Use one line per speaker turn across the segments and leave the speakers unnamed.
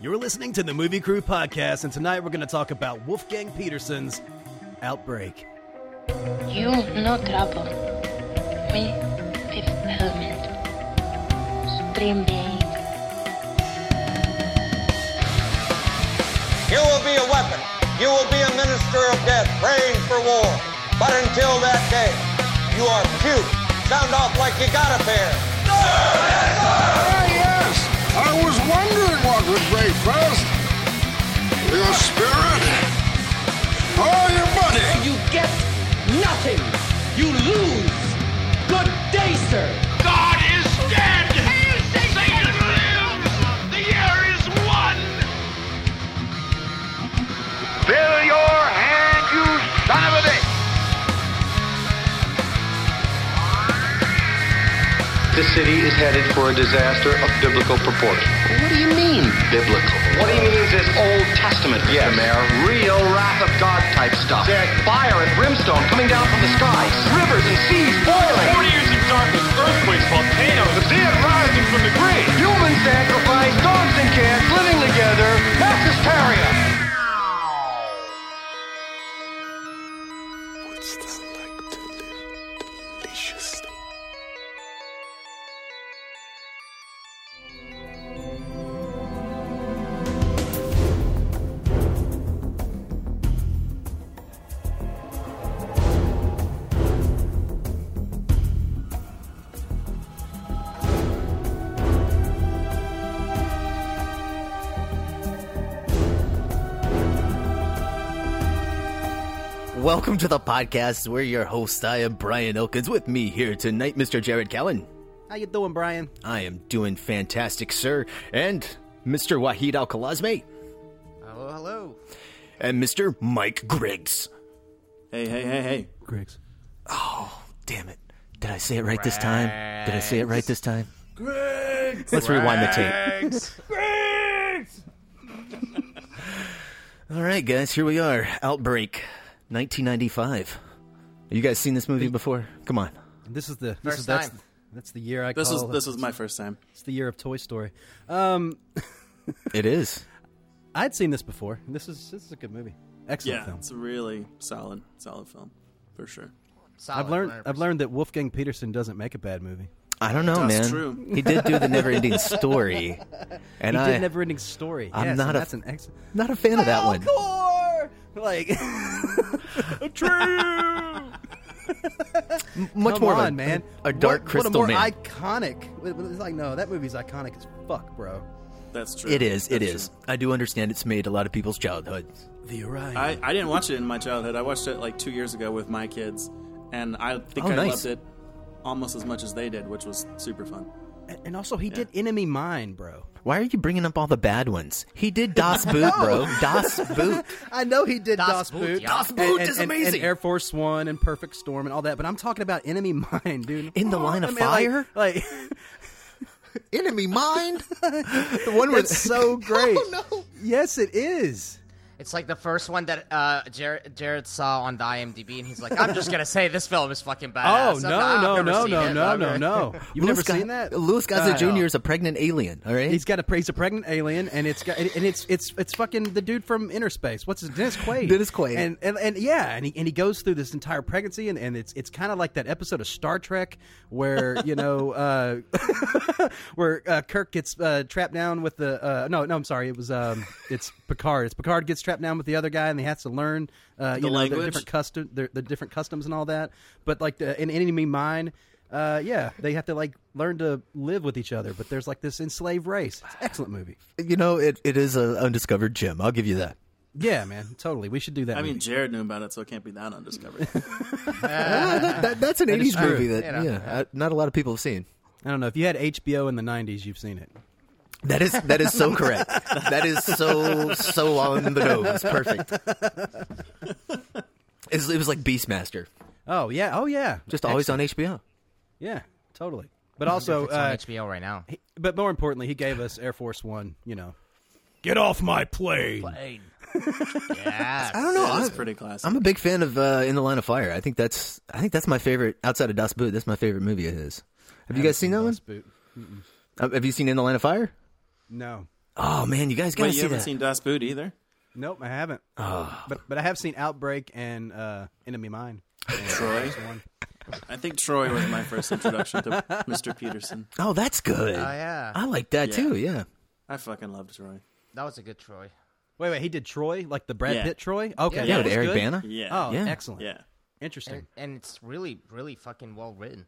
You're listening to the Movie Crew Podcast, and tonight we're going to talk about Wolfgang Petersen's Outbreak.
You no trouble. Me fifth element. Supreme being.
You will be a weapon. You will be a minister of death, praying for war. But until that day, you are cute. Sound off like you got a pair.
Ah, yes. I was wondering what would break first. Your spirit or your money?
You get nothing. You lose. Good day, sir.
God is dead! Satan lives! The year is one! Fill your hand, you son of a bitch!
The city is headed for a disaster of biblical proportion. What do you mean, biblical? What he means is Old Testament, yes. Mayor. Real wrath of God type stuff. Fire and brimstone coming down from the skies. Rivers and seas boiling.
40 years of darkness, earthquakes, volcanoes, the dead rising from the grave.
Human sacrifice, dogs and cats living together. That's hysteria.
Welcome to the podcast. We're your host. I am Brian Elkins. With me here tonight, Mr. Jared Cowan.
How you doing, Brian?
I am doing fantastic, sir. And Mr. Wahid Al Khalazmi.
Hello, hello.
And Mr. Mike Griggs.
Hey, hey, hey, hey.
Griggs.
Oh, Damn it. Did I say it right this time? Did I say it right this time?
Griggs!
Let's rewind the tape.
Griggs!
All right, guys, here we are. Outbreak 1995. You guys seen this movie before? Come on.
This is the this
First
is, that's,
time.
that's the year I
This
call
Oh,
was this was my first time.
it's the year of Toy Story. Um,
It is.
I'd seen this before. This is this is a good movie. Excellent
Yeah,
film.
it's a really solid, solid film, for sure.
Solid,
I've learned i have
100%.
learned that Wolfgang Petersen doesn't make a bad movie.
I don't know,
That's
man.
true.
He did do the never-ending story, and
He
I
did Never Ending Story.
I'm
yes,
not
and
a-
that's an excellent.
not a fan of
Oh,
that one.
Alcor! Like true.
Much
Come
more
on,
of a,
man.
a dark
what,
crystal
what a more
man.
iconic. it- It's like no, that movie's iconic as fuck, bro.
That's true.
It is. It
That's
is.
true.
I do understand it's made a lot of people's childhoods.
The Orion.
I, I didn't watch it in my childhood. I watched it like two years ago with my kids, and I think
Oh,
I
nice.
loved it almost as much as they did, which was super fun.
and also, he did Enemy Mine, bro.
Why are you bringing up all the bad ones? He did Das Boot, bro. Das Boot.
I know he did
Das
Das,
Boot,
Boot.
yeah. Das
And-
Boot
and-
is
and-
amazing.
And Air Force One and Perfect Storm and all that. But I'm talking about Enemy Mine, dude.
In the Line of
I mean, like-
Fire?
Like,
Enemy Mind. the one where
it's so great. Yes, it is.
It's like the first one that uh, Jared, Jared saw on the IMDb, and he's like, "I'm just gonna say this film is fucking badass."
Oh
I'm not-
no
I've
no
never
no
seen
no
it,
no
but
no
I'm-
no! You've never seen that?
Louis
I
Gossett
know.
Jr. is a pregnant alien. All right.
He's got a he's a pregnant alien, and it's got and it's it's it's fucking the dude from Inner Space. What's his Dennis Quaid?
Dennis Quaid.
and and, and yeah, and he, and he goes through this entire pregnancy, and, and it's it's kind of like that episode of Star Trek where you know uh, where uh, Kirk gets uh, trapped down with the uh, no no I'm sorry it was um it's Picard it's Picard gets trapped down with the other guy, and he has to learn uh, you know their
language?
different custom their, the different customs and all that. But like the, in Enemy Mine. Uh, yeah, they have to like learn to live with each other, but there's like this enslaved race. It's an excellent movie.
you know, it, it is an undiscovered gem. I'll give you that.
Yeah, man, totally. We should do that.
I
movie.
mean, Jared knew about it, so it can't be that undiscovered.
Ah, that, that's an 80s
true.
movie that
You know.
yeah, I- uh, not a lot of people have seen.
I don't know if you had HBO in the '90s, you've seen it.
That is that is so correct. That is so so on the nose. Perfect. It's, it was like Beastmaster,
Oh yeah, oh yeah,
just always on HBO.
yeah, totally. But
So
also,
it's on
uh,
HBO right now.
he- but more importantly, he gave us Air Force One. You know, get off my plane.
Yeah.
I don't know.
That's
I-
pretty classic.
I'm a big fan of uh, In the Line of Fire. I think that's I think that's my favorite outside of Das Boot. That's my favorite movie of his. Have you guys seen that one?
Boot.
Uh, Have you seen In the Line of Fire?
No,
Oh man, you guys
Wait,
gotta
you
see
haven't
that.
seen Das Boot either.
Nope, I haven't.
Oh.
But but I have seen Outbreak and uh, Enemy Mine. And
Troy?
there's one.
I think Troy was my first introduction to Mr. Peterson.
oh, that's good.
Oh, yeah.
I like that
Yeah.
too. Yeah.
I fucking loved Troy.
That was a good Troy.
Wait, wait, he did Troy, like the Brad
Yeah.
Pitt Troy. Okay, that
Yeah, with
was
Eric
good?
Bana.
Yeah.
Oh,
Yeah.
excellent.
Yeah.
Interesting.
And, and it's really, really fucking well written.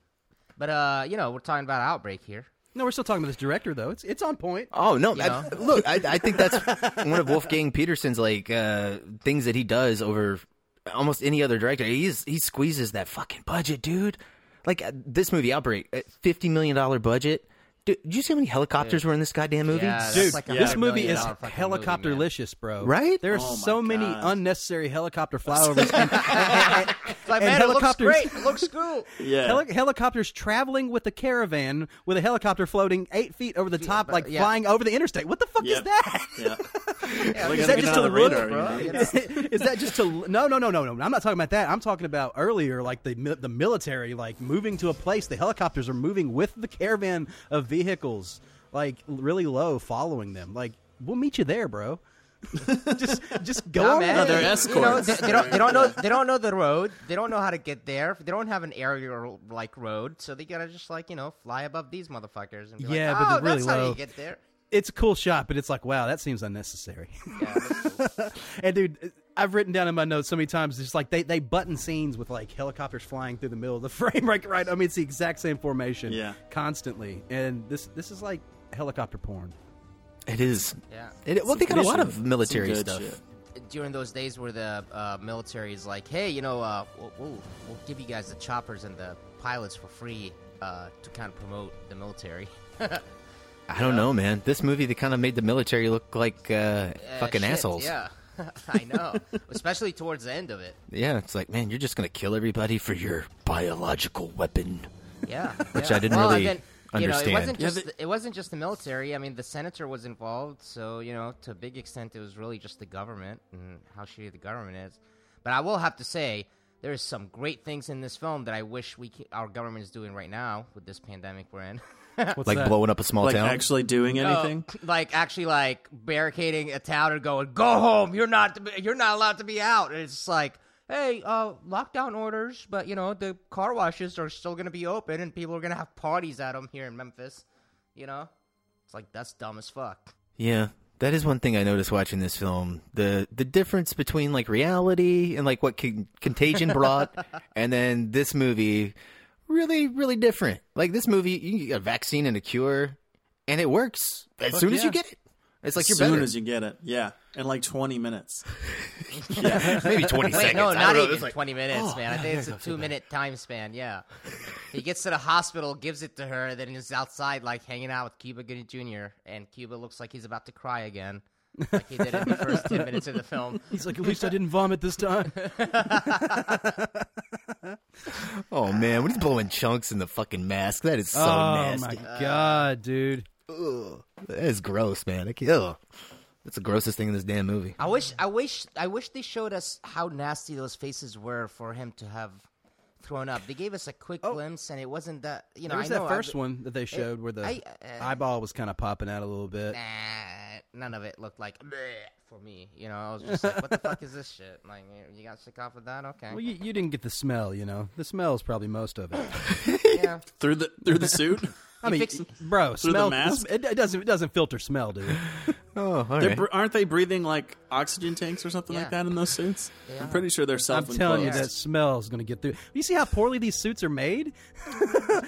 But, uh, you know, we're talking about Outbreak here.
No, we're still talking about this director though. It's it's on point.
Oh no!
You
I-
know?
look, I, I think that's one of Wolfgang Peterson's like uh, things that he does over almost any other director. He's he squeezes that fucking budget, dude. Like uh, this movie Outbreak, uh, fifty million dollar budget. Dude, did you see how many helicopters were in this goddamn movie?
Yeah, that's
Dude,
like a
this
hundred
movie
million
is
dollar fucking movie, man.
helicopterlicious, bro.
Right?
There are
Oh my
so many
God.
unnecessary helicopter flyovers and, and- and-
It's like,
and
man, it looks
helicopters.
great. It looks cool.
Yeah.
Heli- helicopters traveling with a caravan with a helicopter floating eight feet over the top, like
yeah.
flying over the interstate. What the fuck
Yeah.
is that?
Yeah. Look
Is
at
that
it
just
on
to
the
look,
radar,
bro?
you know?
is is that just to no no no no no i'm not talking about that i'm talking about earlier like the mi- the military like moving to a place the helicopters are moving with the caravan of vehicles like really low following them like we'll meet you there bro just just go
Nah,
on
man.
No, they're
ahead.
You know,
escorts.
they, they don't, they don't know. They don't know the road. They don't know how to get there. They don't have an aerial like road, so they gotta just like you know fly above these motherfuckers and be
Yeah,
like,
but
oh,
they're really
that's how
low."
you get there.
it's a cool shot but it's like wow that seems unnecessary
Yeah, that's cool.
and dude I've written down in my notes so many times, just like they, they button scenes with like helicopters flying through the middle of the frame, right? Right. I mean, it's the exact same formation,
Yeah.
constantly. And this this is like helicopter porn.
It is.
Yeah.
It, well, they got a lot of
Some
military
good
stuff.
shit.
during those days where the uh, military is like, hey, you know, uh, we'll, we'll, we'll give you guys the choppers and the pilots for free uh, to kind of promote the military.
I don't know, man. This movie that kind of made the military look like uh,
Uh,
fucking
shit,
assholes.
Yeah, I know. Especially towards the end of it.
Yeah, it's like, man, you're just gonna kill everybody for your biological weapon.
Yeah,
Which
yeah.
I didn't
Well, and
really
then, You know, it
understand.
wasn't just it wasn't just the military. I mean, the senator was involved, so you know, to a big extent, it was really just the government and how shitty the government is. But I will have to say, there is some great things in this film that I wish we c our government is doing right now with this pandemic we're in.
What's
like
that?
blowing up a small
Like
town.
actually doing anything.
Oh, like actually like barricading a town and going, "Go home. You're not you're not allowed to be out." And it's like, "Hey, uh lockdown orders, but you know, the car washes are still going to be open and people are going to have parties at them here in Memphis." You know? It's like that's dumb as fuck.
Yeah, that is one thing I noticed watching this film the the difference between like reality and like what con- Contagion brought, and then this movie really really different. Like this movie, you can get a vaccine and a cure, and it works as
Fuck
soon as you
yeah.
get it. It's like
as
you're
soon
better.
as you get it. Yeah. In like 20 minutes.
Maybe twenty
Wait,
seconds.
no,
I don't
not
know.
even
It's like-
20 minutes,
Oh,
man. I think
yeah, there
it's
you
a
go. Feel
2
bad.
minute time span, yeah. he gets to the hospital, gives it to her, then is outside like hanging out with Cuba Gooding Jr. and Cuba looks like he's about to cry again. like he did in the first 10 minutes of the film.
He's like, at least I didn't vomit this time.
Oh man, when he's blowing chunks in the fucking mask, that is so
oh
nasty.
my god, dude!
That is gross, man. I can't. ugh. That's the grossest thing in this damn movie.
I wish, I wish, I wish they showed us how nasty those faces were for him to have thrown up. They gave us a quick glimpse, and it wasn't that you
Oh.
know.
There was
I know
that
I-
first one that they showed where the
I- uh,
eyeball was kind of popping out a little bit.
Nah, none of it looked like bleh for me. You know, I was just like, what the fuck is this shit? Like, you got sick off of that? Okay,
Well, you, you didn't get the smell, you know. The smell is probably most of it.
yeah.
Through the through the suit.
I mean,
fix-
bro,
Through the
smell.
mask?
It, it doesn't. It doesn't filter smell, dude.
Oh, all
They're br- aren't they breathing like oxygen tanks or something like
Yeah.
that in those suits?
They
I'm
are.
pretty sure they're
I'm
self
telling you, that
enclosed.
smell is going to get through. You see how poorly these suits are made,
Like
you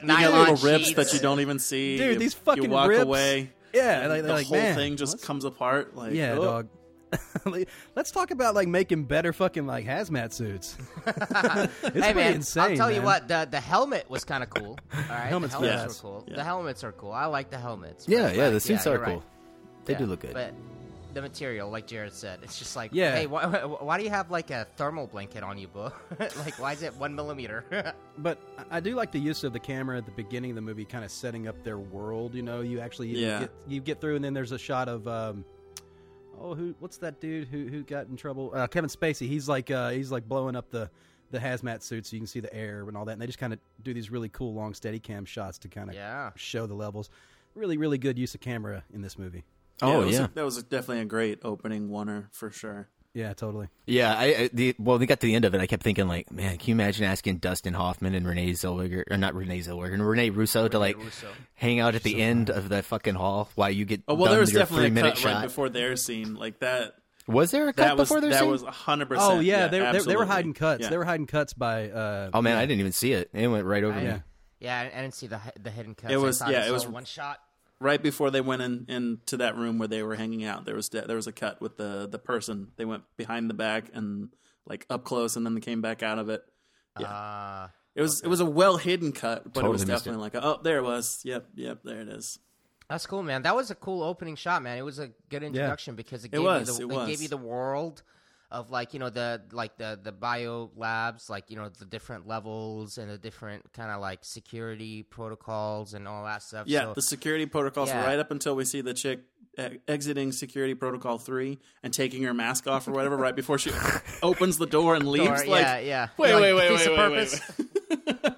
get
nylon
little rips
sheets.
that you don't even see.
dude?
You-
these fucking
you walk
ribs.
away.
Yeah, like,
the
like,
whole
man,
thing just
let's-
comes apart. Like
Yeah,
oh.
dog. Like, Let's talk about like making better fucking like hazmat suits. it's
hey
pretty
man,
insane.
I'll tell you
man.
what, the the helmet was kind of cool. All right,
Helmets
the helmets
yes.
were cool.
Yeah.
The helmets are cool. I like the helmets.
Yeah,
But,
yeah,
like,
the suits are
you're right.
cool. They do
Yeah,
look good.
But the material, like Jared said, it's just like,
Yeah.
hey, why, why do you have like a thermal blanket on you, boo? like, why is it one millimeter?
But I- I do like the use of the camera at the beginning of the movie, kind of setting up their world. You know, you actually you
Yeah.
get you get through, and then there's a shot of um, oh, who? What's that dude who who got in trouble? Uh, Kevin Spacey. He's like uh, he's like blowing up the the hazmat suit, so you can see the air and all that. And they just kind of do these really cool long steady cam shots to kind of
yeah.
show the levels. Really, really good use of camera in this movie.
Oh,
it was a-
yeah.
that was definitely a great opening oneer for sure.
Yeah, totally.
Yeah, I, I the well, we got to the end of it. I kept thinking, like, man, can you imagine asking Dustin Hoffman and Renee Zellweger, or not Renee Zellweger, and Renee Russo to like hang out at the end of the fucking hall while you get
Oh well,
done
there was
with your
definitely a
three minute
cut right
shot.
before their scene, like that.
was there a cut
that was,
before their
that
scene?
was hundred percent.
Oh yeah, they, they, they were hiding cuts.
Yeah.
They were hiding cuts by. Uh,
oh man, I didn't even see it. It went right over
I-
me.
yeah.
Yeah, I, I didn't see the hi- the hidden cuts.
It was
I thought
yeah,
I
it was
saw one shot.
right before they went in into that room where they were hanging out. There was de- there was a cut with the the person. They went behind the back and like up close, and then they came back out of it. Yeah, it was it was a well hidden cut, but it was
Totally missed it.
definitely like a, oh there it was yep yep there it is.
That's cool, man. That was a cool opening shot, man. It was a good introduction because it
It
gave
was,
you
it
the,
was.
gave you the world of like you know the like the the bio labs, like you know the different levels and the different kind of like security protocols and all that stuff.
Yeah,
So-
the security protocols
Yeah.
right up until we see the chick e- exiting security protocol three and taking her mask off or whatever right before she opens the door and leaves.
Door,
like,
yeah, yeah.
Wait,
You're
wait,
like,
wait,
defeats
wait,
the
wait, wait,
purpose.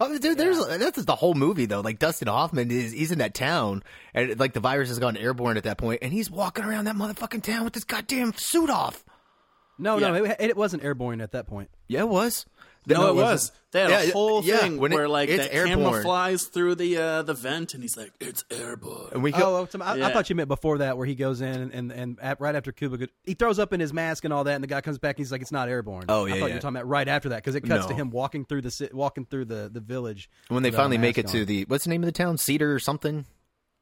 Oh, dude, there's that's the whole movie though. Like Dustin Hoffman is he's in that town, and like the virus has gone airborne at that point, and he's walking around that motherfucking town with this goddamn suit off.
No,
Yeah.
no, it, it wasn't airborne at that point.
Yeah, it was.
No, it was.
wasn't.
They had a
Yeah,
whole
yeah,
thing
when it-
where like
it's
that camera
airborne.
flies through the uh, the vent, and he's like, "It's airborne."
And we go-
Oh, I, I
Yeah.
thought you meant before that, where he goes in and and, and at, right after Cuba, Good- he throws up in his mask and all that, and the guy comes back and he's like, "It's not airborne."
Oh,
I
yeah,
thought you
yeah.
were talking about right after that because it cuts to
No.
him walking through the ci- walking through the the village
when they
without a
finally make it
mask
to
on.
the what's the name of the town? Cedar or something?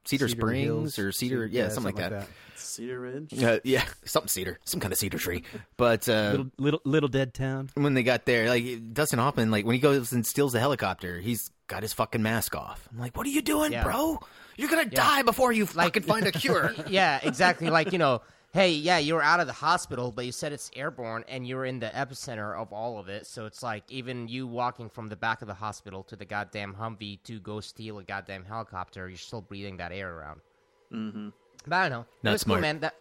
Cedar,
Cedar
Springs
Hills,
or Cedar?
Cedar-
yeah,
yeah,
something, like
something
that.
like
Cedar Ridge.
Uh, yeah, something cedar, some kind of cedar tree. But uh,
little, little little dead town.
when they got there, like Dustin Hoffman, like when he goes and steals the helicopter, he's got his fucking mask off. I'm like, what are you doing,
Yeah.
bro? You're gonna die before you fucking find a cure.
yeah, exactly. Like you know, hey, yeah, you were out of the hospital, but you said it's airborne, and you're in the epicenter of all of it. So it's like even you walking from the back of the hospital to the goddamn Humvee to go steal a goddamn helicopter, you're still breathing that air around.
Mm-hmm.
But I don't know.
Not
it was
smart.
cool, man. That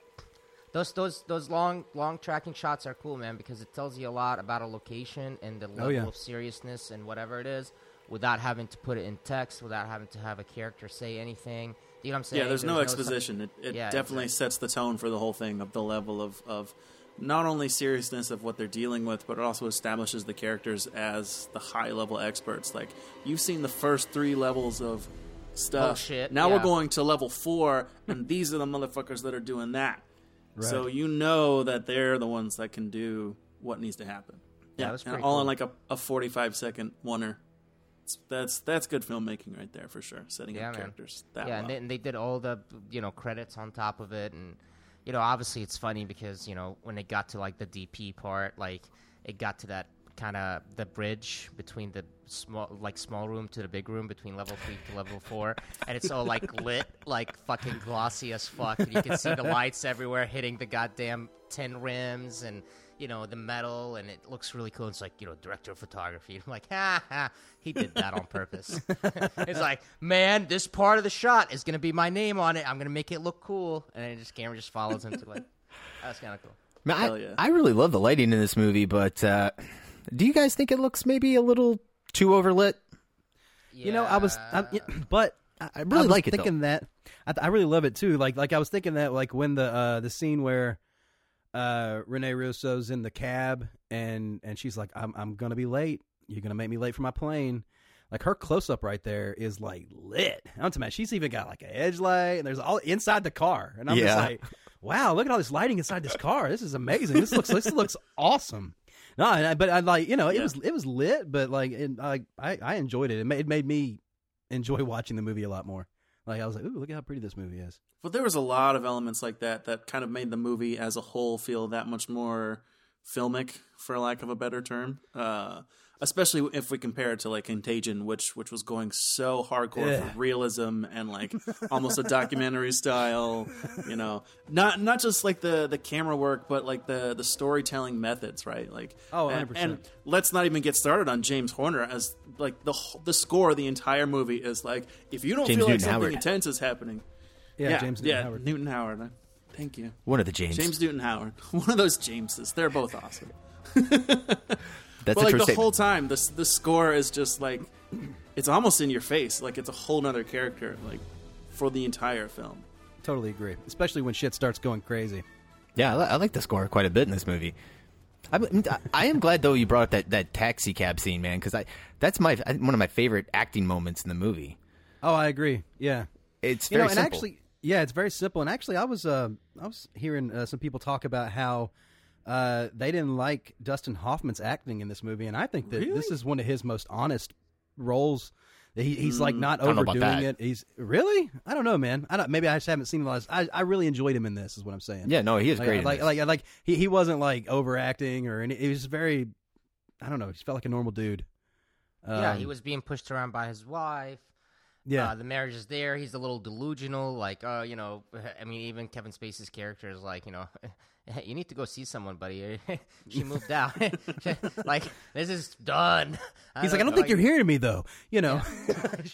those those those long long tracking shots are cool, man, because it tells you a lot about a location and the
Oh,
level
yeah.
of seriousness and whatever it is, without having to put it in text, without having to have a character say anything. You know what I'm saying?
Yeah, there's no exposition. It, it
Yeah,
definitely sets the tone for the whole thing of the level of, of not only seriousness of what they're dealing with, but it also establishes the characters as the high level experts. Like you've seen the first three levels of stuff.
Oh, shit,
now
yeah.
we're going to level four, and these are the motherfuckers that are doing that.
Right.
So you know that they're the ones that can do what needs to happen.
Yeah,
Yeah,
that's
and
pretty
all
cool.
in like a, a forty five second oneer. It's- That's that's good filmmaking right there for sure. Setting
yeah,
up
man.
characters that
yeah,
well.
and they, and they did all the you know credits on top of it, and you know obviously it's funny because you know when it got to like the DP part, like it got to that kind of the bridge between the small like small room to the big room between level three to level four, and it's all like lit like fucking glossy as fuck, and you can see the lights everywhere hitting the goddamn tin rims and. You know the metal, and it looks really cool. It's like you know, director of photography. I'm like, ha ha, he did that on purpose. it's like, man, this part of the shot is gonna be my name on it. I'm gonna make it look cool, and then just camera just follows him to like, that's kind of cool.
Man, I,
Hell yeah.
I really love the lighting in this movie, but uh, do you guys think it looks maybe a little too overlit?
You know, I was, I, but I, I
really
was
like it, though.
Thinking that, I, I really love it too. Like, like I was thinking that, like when the uh, the scene where uh, Rene Russo's in the cab and and she's like, "I'm I'm gonna be late. You're gonna make me late for my plane." Like her close up right there is like lit. I'm talking about she's even got like a edge light and there's all inside the car, and I'm just
Yeah.
like, "Wow, look at all this lighting inside this car. This is amazing. This looks this looks awesome." No, and I, but I like you know it was it was lit, but like it, like I I enjoyed it. It made, it made me enjoy watching the movie a lot more. Like I was like, ooh, look at how pretty this movie is.
But there was a lot of elements like that that kind of made the movie as a whole feel that much more filmic, for lack of a better term. Uh, especially if we compare it to like Contagion, which which was going so hardcore
Yeah.
for realism and like almost a documentary style, you know, not not just like the the camera work, but like the the storytelling methods, right? Like
Oh,
and-
100%.
and let's not even get started on James Horner as like the wh- the score of the entire movie is like if you don't
James
feel like
Newton-Howard.
something intense is happening.
Yeah, James Newton
yeah,
Howard.
Newton Howard. Thank you.
One of the James.
James Newton Howard. One of those Jameses. They're both awesome.
That's
but
a
like
true
the
statement.
whole time, this the score is just like it's almost in your face. Like it's a whole nother character, like for the entire film.
Totally agree. Especially when shit starts going crazy.
Yeah, I, li- I like the score quite a bit in this movie. I, I am glad though you brought up that, that taxi cab scene, man, because that's my one of my favorite acting moments in the movie.
Oh, I agree. Yeah,
it's
you
very
know, and
simple.
actually, yeah, it's very simple. And actually, I was uh, I was hearing uh, some people talk about how uh, they didn't like Dustin Hoffman's acting in this movie, and I think that this is one of his most honest roles. That He, he's like
Mm,
not
I don't know about
overdoing it.
that.
He's really, I don't know, man. I don't. Maybe I just haven't seen a lot. Of, I I really enjoyed him in this. Is what I'm saying.
Yeah, no, he is
like,
great in
Like,
this.
like like he he wasn't like overacting or any. He was very, I don't know. He just felt like a normal dude.
yeah,
Um,
he was being pushed around by his wife.
Yeah.
Uh, the marriage is there. He's a little delusional. Like, uh, you know, I mean, even Kevin Spacey's character is like, you know, you need to go see someone, buddy. she moved out. like, this is done.
He's
uh,
like, I don't think you're hearing me though. You know.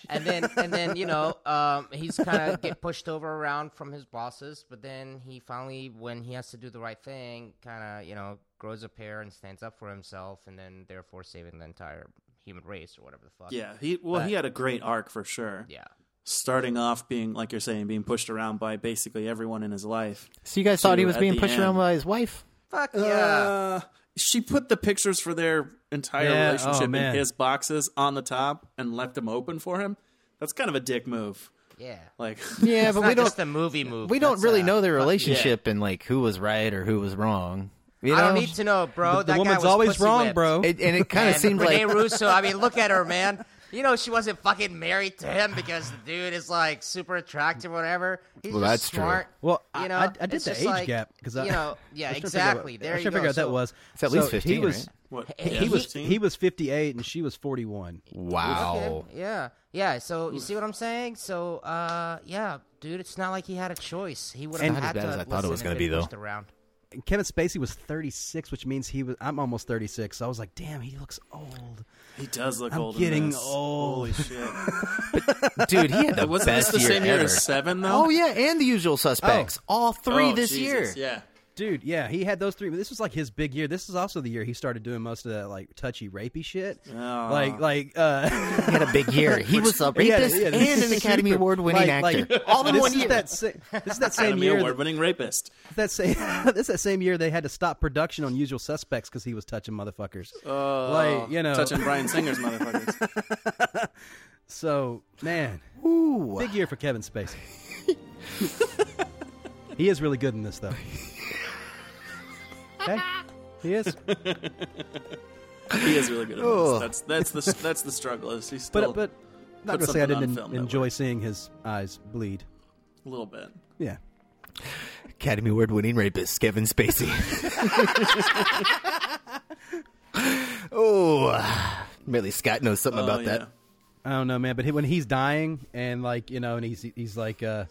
and then and then you know um, he's kind of get pushed over around from his bosses but then he finally when he has to do the right thing kind of you know grows a pair and stands up for himself and then therefore saving the entire human race or whatever the fuck
Yeah, he well,
But-
he had a great arc for sure.
Yeah,
starting off being like you're saying, being pushed around by basically everyone in his life.
So you guys thought
to
he was
at
being
the
pushed
end-
around by his wife?
Fuck
yeah. Uh, she put the pictures for their entire
Yeah, oh,
relationship
man.
in his boxes on the top and left them open for him. That's kind of a dick move.
Yeah.
Like
Yeah, but we don't.
just a movie move
We don't
That's uh,
really
a
know their
fucking-
relationship and like who was right or who was wrong. You
I don't
know?
need to know, bro.
The- the
that guy
woman's
was
always
pussy
wrong,
whipped.
bro. It- and it kinda
And
seemed
Renee
like-
Russo. I mean, look at her, man. You know she wasn't fucking married to him because the dude is like super attractive, or whatever. He's
Well,
just
that's true.
smart.
Well, I-
you know,
I- I did
it's
the
just
age
like,
gap, 'cause I-
you know,
I
yeah,
was trying to figure out what-
exactly.
I
there
was trying to
you go.
figure out
so,
that was.
It's at least
So He
15,
was,
right?
he,
Yeah,
was
15?
he was fifty eight and she was forty one.
Wow.
Okay, Yeah, yeah. So you see what I'm saying? So, uh, yeah, dude, it's not like he had a choice. He would have
And- Not
had
as
to.
bad as I thought it
listen
was
and
gonna
been
be, though.
pushed Around.
And Kevin Spacey was thirty six, which means he was. I'm almost thirty six. So I was like, damn, he looks old.
He does look
I'm
old. in
Getting
this.
old.
Holy shit.
Dude, he had the
Wasn't
best
this the
year
same year
ever.
as Seven though?
Oh yeah, and the usual suspects. All three
Oh,
this year.
Jesus, Yeah.
Dude, yeah, he had those three. This was like his big year. This is also the year he started doing most of that like touchy, rapey shit.
Ah.
Oh.
Like, like uh, he
had a big year. He was a rapist and an Academy Award-winning actor. All in
this
one
is
year.
That, sa- this is that same
Academy
year.
Award winning rapist.
That same this is that same year they had to stop production on Usual Suspects because he was touching motherfuckers.
Oh,
like you know,
touching Brian Singer's motherfuckers.
So man,
Ooh.
big year for Kevin Spacey. he is really good in this though. Okay, he is.
he is really good at
Ugh.
this. That's that's the that's the struggle. Is he
But
still
but not
put
gonna say I
something on
didn't
film that
enjoy seeing his eyes bleed.
a little bit.
Yeah.
Academy Award-winning rapist Kevin Spacey. oh, Ridley Scott knows
Oh,
something about that.
I don't know, man. But he, when he's dying and like you know, and he's he's like, uh,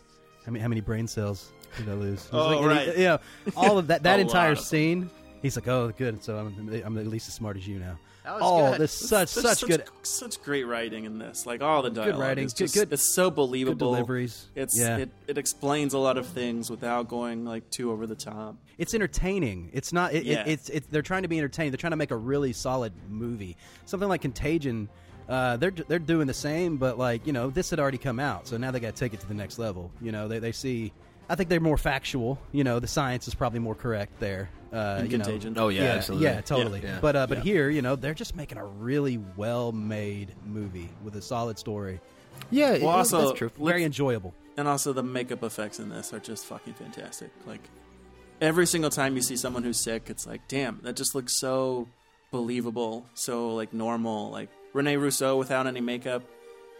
how many how many brain cells did I lose? He's
Oh,
like, and he-
right.
you know, all of that that
A
entire
lot of
scene. He's like, oh, good. So I'm I'm at least as smart as you now.
That was
oh,
good.
this such
There's
such good
such great writing in this. Like all the dialogue,
writing,
is
good-
just,
good-
It's so believable.
deliveries.
It's
Yeah.
it, it explains a lot of things without going like too over the top.
it's entertaining. It's not. It,
Yeah.
it, it's. It's. They're trying to be entertaining. They're trying to make a really solid movie. Something like Contagion. Uh, they're they're doing the same, but like you know, this had already come out, so now they got to take it to the next level. You know, they they see. I think they're more factual. You know, the science is probably more correct there. Uh,
In
you know.
Contagion. Oh, yeah, absolutely.
yeah, totally.
Yeah, yeah.
But uh, but
Yeah.
here, you know, they're just making a really well made movie with a solid story.
Yeah,
Well, also
very enjoyable.
And also the makeup effects in this are just fucking fantastic. Like every single time you see someone who's sick, it's like, damn, that just looks so believable, so like normal. Like Renee Rousseau without any makeup,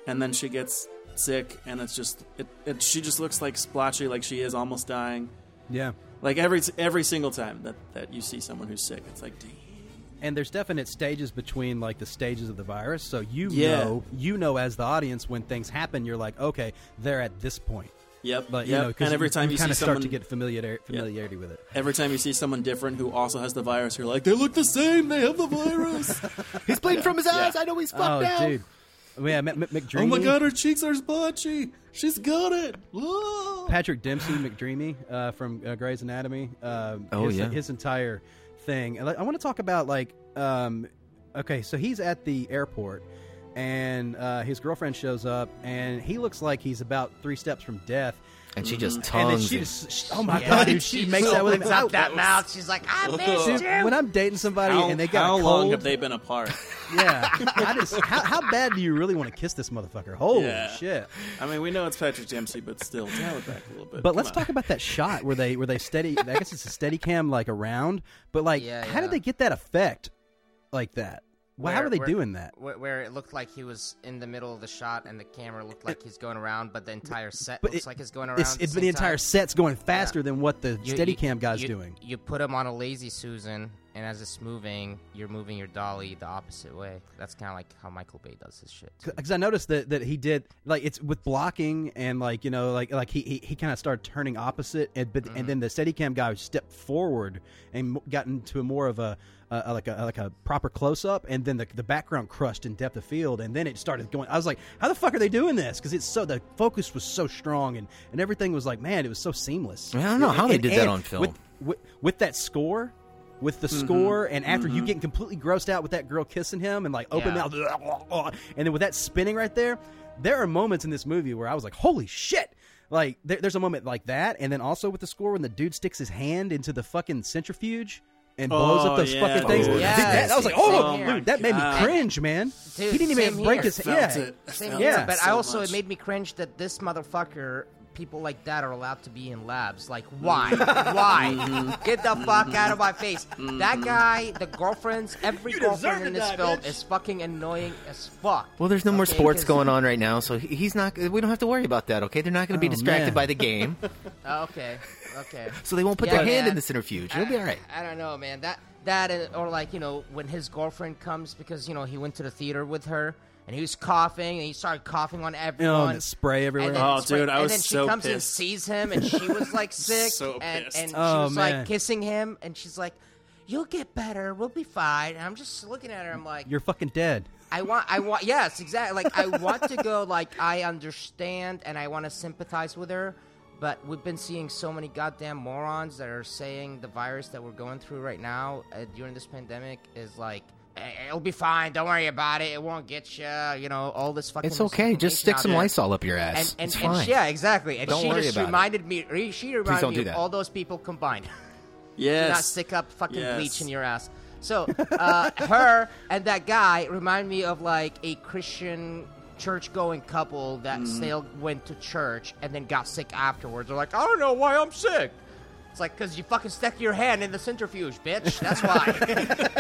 and then she gets sick, and it's just it. it she just looks like splotchy, like she is almost dying.
Yeah.
Like every every single time that that you see someone who's sick, it's like, damn.
and there's definite stages between like the stages of the virus so you
Yeah.
know you know as the audience when things happen you're like okay they're at this point
Yep.
but
yep.
you know 'cause
and every time you,
kind
see
of
someone
start to get familiar, familiarity with it
Every time you see someone different who also has the virus, you're like, they look the same. They have the virus.
he's bleeding from his eyes. I know he's fucked
oh
now.
dude yeah, M- M- McDreamy.
Oh my god, her cheeks are splotchy. She's got it. Look.
Patrick Dempsey McDreamy uh, from uh, Grey's Anatomy. Um,
Oh,
his,
yeah.
his entire thing. And, like, I want to talk about like, um, okay, so he's at the airport, and uh, his girlfriend shows up, and he looks like he's about three steps from death.
And she just
And
tongues.
then she
it.
just, she- oh my god, dude, she, makes that with
opens up that mouth. She's like, I missed
Dude,
you.
when I'm dating somebody
How,
and they got a
how long
cold,
have they been apart?
yeah, I just, how, how bad do you really want to kiss this motherfucker? Holy
Yeah.
shit!
I mean, we know it's Patrick Dempsey, but still, dial it back a little bit.
But let's
Come on.
talk about that shot where they where they steady. I guess it's a steady cam like around, but like, how did they get that effect like that? Why how
Where-
are they
where-
doing that?
Where, where it looked like he was in the middle of the shot, and the camera looked like he's going around, but the entire set
But it-
looks like it's going around.
It's,
at the
it's
same
the entire
time.
set's going faster than what the
You-
steady
you-
cam guy's
you-
doing.
You put him on a lazy Susan, and as it's moving, you're moving your dolly the opposite way. That's kind of like how Michael Bay does his shit.
because I noticed that that he did like it's with blocking and like you know like like he he, he kind of started turning opposite and but
Mm-hmm.
and then the Steadicam guy stepped forward and m- got into more of a, a, a- like a like a proper close up and then the the background crushed in depth of field and then it started going. I was like, how the fuck are they doing this? Because it's so the focus was so strong and and everything was like man, it was so seamless.
I don't know how
And-
they
and-
did that
and
on film.
with- with, with that score. With the
Mhm.
score, and after you
Mhm.
getting completely grossed out with that girl kissing him and like open
Yeah.
mouth, and then with that spinning right there, there are moments in this movie where I was like, "Holy shit!" Like there, there's a moment like that, and then also with the score when the dude sticks his hand into the fucking centrifuge and blows
Oh,
up those
yeah,
fucking things.
dude.
Did that, I was like, "Oh,
Same here.
dude, that made me cringe, man."
Dude,
he didn't
same
even break
here.
his
Felt
yeah,
it. Same
yeah.
here, but I also it made me cringe that this motherfucker, people like that are allowed to be in labs. Like, why? why? Get the fuck out of my face! That guy, the girlfriends, every
You deserve
girlfriend
to
in this
die,
film
bitch.
is fucking annoying as fuck.
Well, there's no more
Okay,
sports
'cause-
going on right now, so he- he's not. We don't have to worry about that. Okay, they're not going to be
Oh,
distracted
man.
by the game,
Oh, okay, okay.
so they won't put
Yeah,
their hand
man.
in the centrifuge. It'll be all right.
I don't know, man. That that and- or like you know when his girlfriend comes because you know he went to the theater with her and he was coughing and he started coughing on everyone.
the spray everywhere.
And then
Oh,
the spray-
dude, I
and
was
then she
so
comes and
pissed.
sees him and she was like sick
So
and,
pissed.
and she
Oh,
was
man.
like kissing him and she's like, "You'll get better. We'll be fine." And I'm just looking at her. I'm like.
You're fucking dead.
I want, I want, yes, exactly. Like, I want to go, like, I understand and I want to sympathize with her, but we've been seeing so many goddamn morons that are saying the virus that we're going through right now uh, during this pandemic is like, "Eh, it'll be fine. Don't worry about it. It won't get you. You know, all this fucking.
It's okay. Just stick
misinformation out
some
there."
Lysol up your ass.
And, and,
It's
and
fine.
yeah, exactly. And
Don't
she
worry
just
about it.
reminded me. re- She reminded
don't
me
do
of
that.
all those people combined.
Yes.
Do not stick up fucking
Yes.
bleach in your ass. So, uh, her and that guy remind me of like a Christian church going couple that
Mhm.
still went to church and then got sick afterwards. They're like, I don't know why I'm sick. It's like, because you fucking stuck your hand in the centrifuge, bitch. That's why.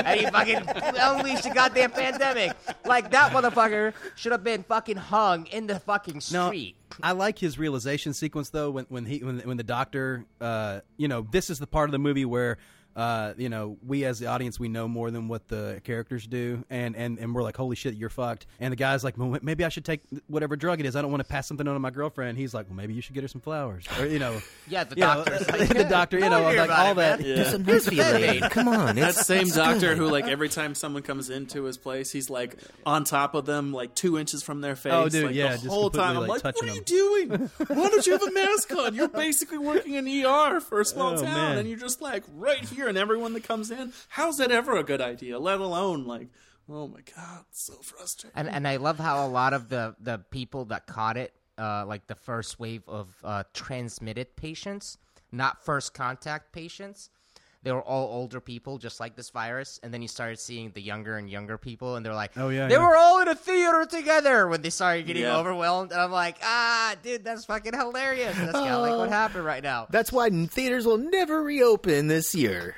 and you fucking unleashed the goddamn pandemic. Like, that motherfucker should have been fucking hung in the fucking
No,
street.
I like his realization sequence though. When when he when, when the doctor, uh, you know, this is the part of the movie where. Uh, you know, we as the audience, we know more than what the characters do, and, and, and we're like, holy shit, you're fucked. And the guy's like, well, maybe I should take whatever drug it is. I don't want to pass something on to my girlfriend. He's like, well, maybe you should get her some flowers, or you know,
Yeah, the
you know,
doctor's like,
the doctor, you
"Don't
know,
worry
like
about
all
it,
that.
man. Do some
nice feeling. Come on,
that
it's-
same
it's
doctor
good.
who, like, every time someone comes into his place, he's like on top of them, like two inches from their face.
Oh, dude,
like,
yeah,
the
just
whole time
completely,
I'm
like,
like, what
touching
are you
them."
doing? Why don't you have a mask on? You're basically working in ER for a small
Oh,
town,
man.
and you're just like right here, and everyone that comes in. How's that ever a good idea? Let alone like, oh my god, it's so frustrating.
And and I love how a lot of the the people that caught it, uh, like the first wave of uh, transmitted patients, not first contact patients, they were all older people, just like this virus. And then you started seeing the younger and younger people, and they're like,
Oh, yeah,
they
yeah.
were all in a theater together when they started getting
Yeah.
overwhelmed. And I'm like, ah, dude, that's fucking hilarious. That's kind of like what
Oh.
happened right now.
That's why theaters will never reopen this year.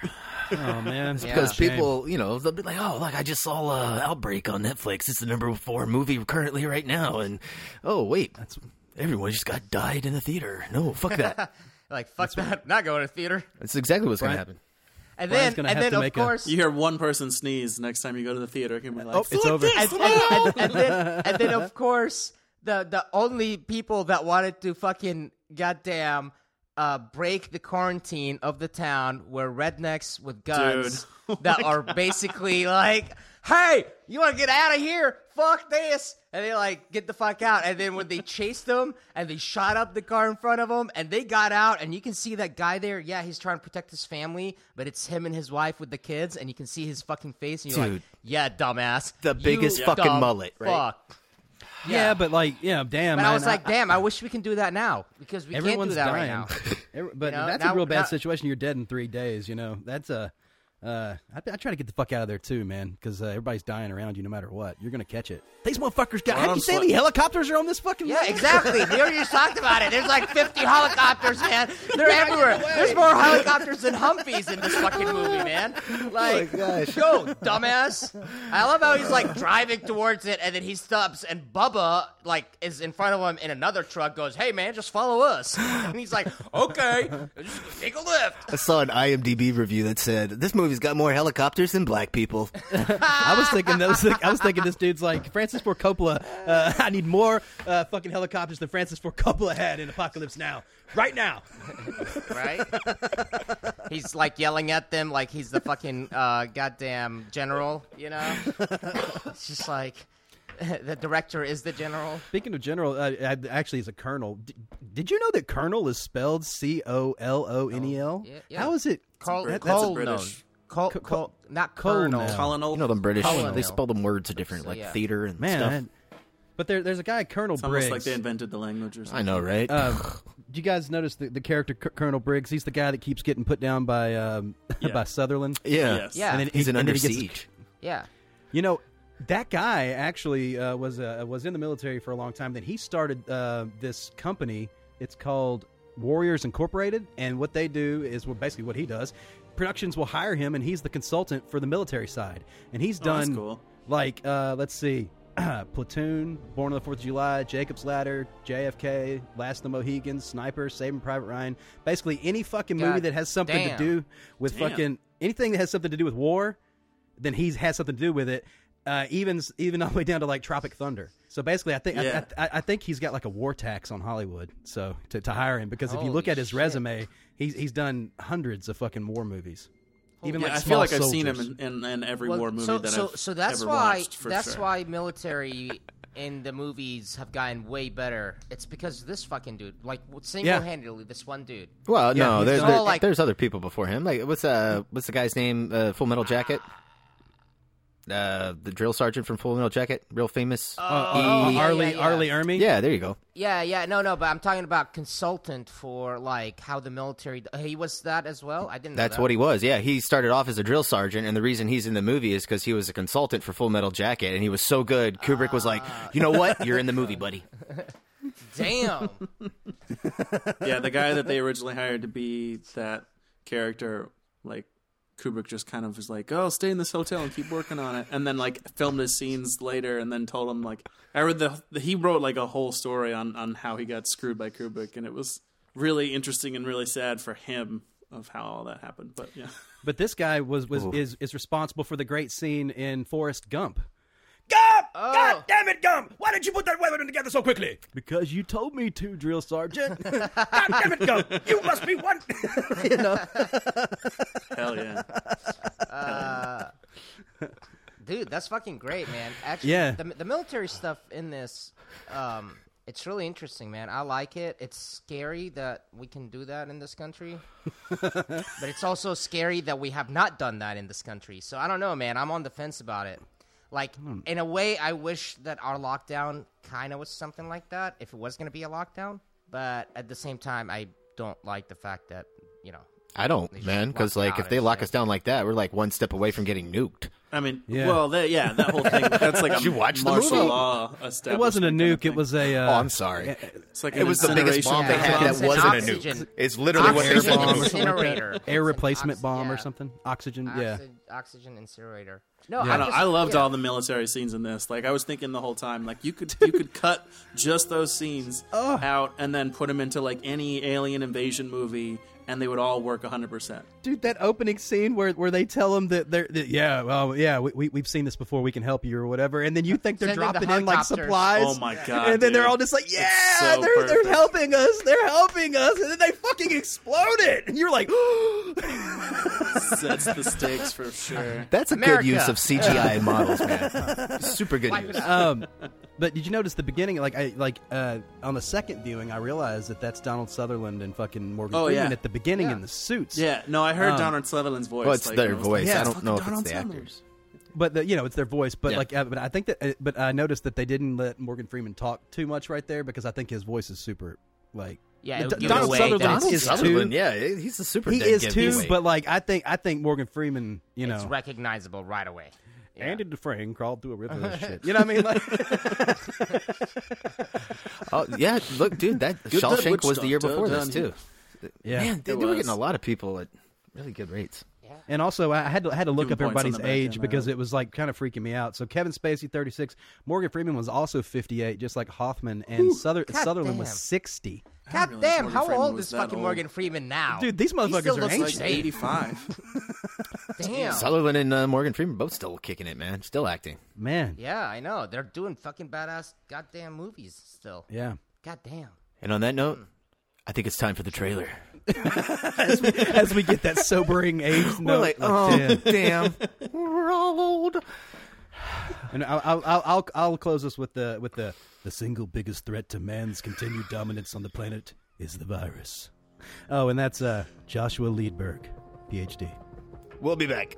Oh man,
It's because people, you know, they'll be like, "Oh, look, I just saw uh, Outbreak on Netflix. It's the number four movie currently right now." And oh, wait, that's everyone just got died in the theater. No, fuck that.
like, fuck that. Not going to theater.
that's exactly what's going to happen.
And then, and then of course,
you hear one person sneeze next time you go to the theater. It can be like,
Oh, it's
"Fuck
over."
this,
And-
no!"
and- and- and then- and then, of course, the the only people that wanted to fucking goddamn uh, break the quarantine of the town were rednecks with guns
Dude.
that are basically like, "Hey, you want to get out of here? Fuck this!" And they like get the fuck out. And then when they chased them and they shot up the car in front of them and they got out, and you can see that guy there. Yeah, he's trying to protect his family, but it's him and his wife with the kids, and you can see his fucking face. And you're like,
Dude.
"Yeah, dumbass."
The biggest fucking
dumb
mullet, right?
Fuck.
Yeah, but like, yeah, damn.
but I
man,
was like, damn, I, wish we can do that now because we
everyone's
can't do that
dying.
right now.
Every- but
You know,
that's
now-
a real bad
now-
situation. You're dead in three days. You know, that's a. Uh, I, I try to get the fuck out of there too, man, because uh, everybody's dying around you no matter what. You're gonna catch it. These motherfuckers die.
Well,
Have
I'm
you seen
sli-
any helicopters are on this fucking?
Yeah, exactly. we already just talked about it. There's like 50 helicopters, man. They're everywhere. There's more helicopters than Humvees in this fucking movie, man.
Oh
Like, go, dumbass. I love how he's like driving towards it, and then he stops, and Bubba like is in front of him in another truck. Goes, hey man, just follow us. And he's like, okay, just take a lift.
I saw an IMDb review that said this movie's got more helicopters than black people.
I was thinking those. I was thinking this dude's like Francis Ford Coppola. Uh, I need more uh, fucking helicopters than Francis Ford Coppola had in Apocalypse Now, right now.
right? he's like yelling at them like he's the fucking uh, goddamn general, you know? it's just like the director is the general.
Speaking of general, uh, I- actually, he's a colonel. D- did you know that colonel is spelled C O L O N E L?
Oh, yeah.
How is it?
Col-
that-
colonel. Col- col- not colonel.
You know them British.
Colonel.
They spell them words different,
Oh, So,
like
yeah.
theater and
Man,
stuff.
I- but there, there's a guy, Colonel
It's almost
Briggs.
like they invented the language or something.
know, right?
Um, do you guys notice the, the character C- Colonel Briggs? He's the guy that keeps getting put down by um, by Sutherland.
Yeah. Yes. Yeah.
And then
He's
he-
an
and then
under
he gets-
siege.
Yeah.
You know, that guy actually uh, was uh, was in the military for a long time. Then he started uh, this company. It's called Warriors Incorporated, and what they do is well, basically what he does. Productions will hire him, and he's the consultant for the military side. And he's
Oh,
done
that's cool.
like uh, let's see, Platoon, Born on the Fourth of July, Jacob's Ladder, JFK, Last of the Mohegans, Sniper, Saving Private Ryan. Basically, any fucking movie
God
that has something
damn.
to do with
Damn.
fucking anything that has something to do with war, then he's has something to do with it. Uh, even even all the way down to like Tropic Thunder. So basically, I think
Yeah.
I, I, I think he's got like a war tax on Hollywood. So to, to hire him because if you
Holy
look at his resume, he's he's done hundreds of fucking war movies. Even
yeah,
like
I
Small
feel like I've seen
Soldiers. E,
him in, in, in every
Well,
war movie
so,
that
so,
I've
so that's
ever
why
watched. For
that's
sure.
why military in the movies have gotten way better. It's because of this fucking dude, like single-handedly, this one dude.
Well, no,
he's
there's
all
there-
like-
there's other people before him. Like what's uh what's the guy's name? Uh, Full Metal Jacket. Uh, the drill sergeant from Full Metal Jacket, real famous.
oh,
He-
Arlie- Yeah, yeah, yeah. Arlie Ermey?
Yeah, there you go.
Yeah, yeah, no, no, but I'm talking about consultant for like how the military. He was that as well. I didn't. know
That's
that.
what he was. Yeah, he started off as a drill sergeant, and the reason he's in the movie is because he was a consultant for Full Metal Jacket, and he was so good. Kubrick was like, "You know what? You're in the movie, buddy."
Damn.
yeah, the guy that they originally hired to be that character, like Kubrick just kind of was like, "Oh, stay in this hotel and keep working on it," and then like filmed his scenes later, and then told him like, "I read the, the he wrote like a whole story on on how he got screwed by Kubrick, and it was really interesting and really sad for him of how all that happened." But yeah,
But this guy was was is, is responsible for the great scene in Forrest Gump.
God
damn it, Gump! Why did you put that weapon together so quickly? Because you told me to, drill sergeant. God damn it, Gump! You must be one. you know.
hell yeah.
Uh, dude, that's fucking great, man. Actually,
Yeah.
the, the military stuff in this, um, it's really interesting, man. I like it. It's scary that we can do that in this country, but it's also scary that we have not done that in this country. So I don't know, man. I'm on the fence about it. Like, in a way, I wish that our lockdown kind of was something like that, if it was going to be a lockdown. But at the same time, I don't like the fact that, you know,
I don't,
They
man,
just
because
lock
like
down
if they
and
lock
shit.
us down like that, we're like one step away from getting nuked.
I mean,
Yeah.
well, that, yeah, that whole thing. That's like a
Did you watch the
martial
movie?
law.
It wasn't a nuke. It was a. Uh,
oh, I'm sorry.
It's like
it was the biggest bomb they had that wasn't a nuke. It's literally what they
air
said.
bomb
it
or
was.
something like
incinerator.
that. Air replacement bomb or something. Oxygen. Yeah.
Oxy- oxygen incinerator. No,
I,
I,
don't-
just-
I loved
yeah.
all the military scenes in this. Like I was thinking the whole time, like you could you could cut just those scenes out and then put them into like any alien invasion movie, and they would all work hundred percent.
Dude, that opening scene where, where they tell them that they're that, yeah well yeah we, we we've seen this before we can help you or whatever and then you think they're
Send in the
dropping in like
helicopters.
supplies
Oh my God,
and then they're
dude.
all just like
It's
yeah
so
they're
perfect.
they're helping us they're helping us and then they fucking explode it and you're like
Sets the stakes for sure.
That's a good use of CGI models, man. Super good use.
um, but did you notice the beginning? Like, I like uh, on the second viewing, I realized that that's Donald Sutherland and fucking Morgan
Oh,
Freeman
yeah.
at the beginning
Yeah.
in the suits.
Yeah, no, I heard
Um,
Donald Sutherland's voice.
Well, it's
like,
their
and I was
voice.
like,
I
"It's
don't know
fucking
if it's
Donald
the
Sutherland."
actors.
but the, you know it's their voice. But
Yeah.
like, uh, but I think that, uh, but I noticed that they didn't let Morgan Freeman talk too much right there because I think his voice is super like.
Yeah, it
D-
would give it
Donald
away.
Sutherland
Donald
is
Sutherland,
too.
yeah, he's a super
He
dead
is
giveaway.
too, but like I think I think Morgan Freeman, you know,
It's recognizable right away.
Andy Dufresne crawled through a river and shit. You know what I mean? Like,
Oh yeah, look, dude, that
Good luck
Shawshank
with
was the year
Stockton
before this
down here.
too.
Yeah.
man, they,
It
they were
was.
getting a lot of people at really good rates.
And also, I had to I had to look
Doing
up
points on
everybody's
the back
age
end, I
because it was like kind of freaking me out. So Kevin Spacey, thirty six. Morgan Freeman was also fifty eight, just like Hoffman and
Ooh,
Suther-
God
Sutherland
damn.
was sixty.
God
realize
damn,
Morgan
how
Freeman
old
was
is
that
fucking
old.
Morgan Freeman now?
Dude, these
He still
motherfuckers are
looks
ancient.
the same. damn.
Sutherland and uh, Morgan Freeman both still kicking it, man. Still acting,
man.
Yeah, I know. They're doing fucking badass goddamn movies still.
Yeah.
Goddamn.
And on that note, I think it's time for the trailer.
as, we, as we get that sobering age
We're
note,
like, oh, damn.
we're
all old.
And I'll, I'll, I'll, I'll, I'll close this with the with the the single biggest threat to man's continued dominance on the planet is the virus. Oh, and that's uh, Joshua Liedberg, PhD.
We'll be back.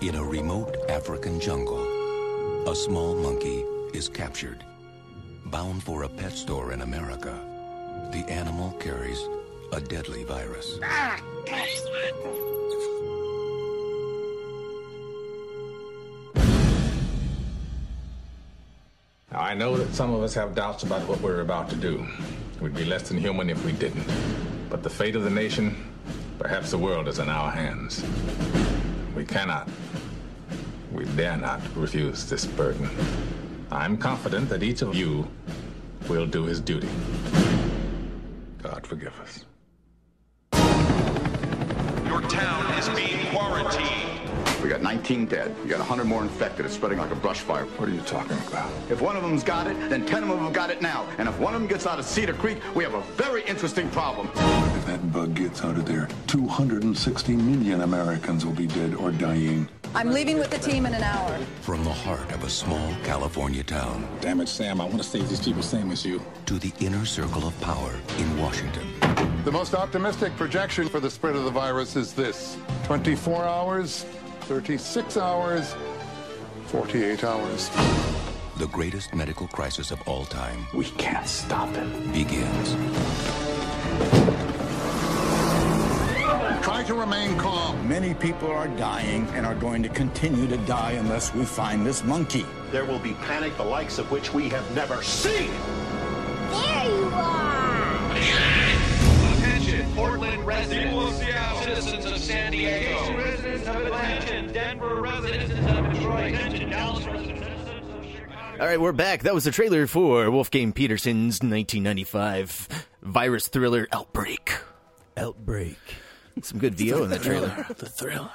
In a remote African jungle, a small monkey is captured. Bound for a pet store in America, the animal carries a deadly virus.
Now, I know that some of us have doubts about what we're about to do. We'd be less than human if we didn't. But the fate of the nation, perhaps the world, is in our hands. We cannot, we dare not refuse this burden. I'm confident that each of you will do his duty. God forgive us.
Your town is being quarantined.
We got 19 dead. You got 100 more infected. It's spreading like a brush fire. What are you talking about? If one of them's got it, then 10 of them have got it now. And if one of them gets out of Cedar Creek, we have a very interesting problem.
If that bug gets out of there, 260 million Americans will be dead or dying.
I'm leaving with the team in an hour.
From the heart of a small California town.
Damn it, Sam, I want to save these people, same as you.
To the inner circle of power in Washington.
The most optimistic projection for the spread of the virus is this 24 hours, 36 hours, 48 hours.
The greatest medical crisis of all time. We can't stop it. Begins.
Try to remain calm. Many people are dying and are going to continue to die unless we find this monkey.
There will be panic the likes of which we have never seen.
There you are!
Attention, Portland residents. People of Seattle. Citizens of San Diego. Residents of Atlanta. Denver residents of Detroit. Attention, Dallas residents.
All right, we're back. That was the trailer for Wolfgang Petersen's 1995 virus thriller Outbreak.
Outbreak.
Some good VO in that trailer.
the thriller.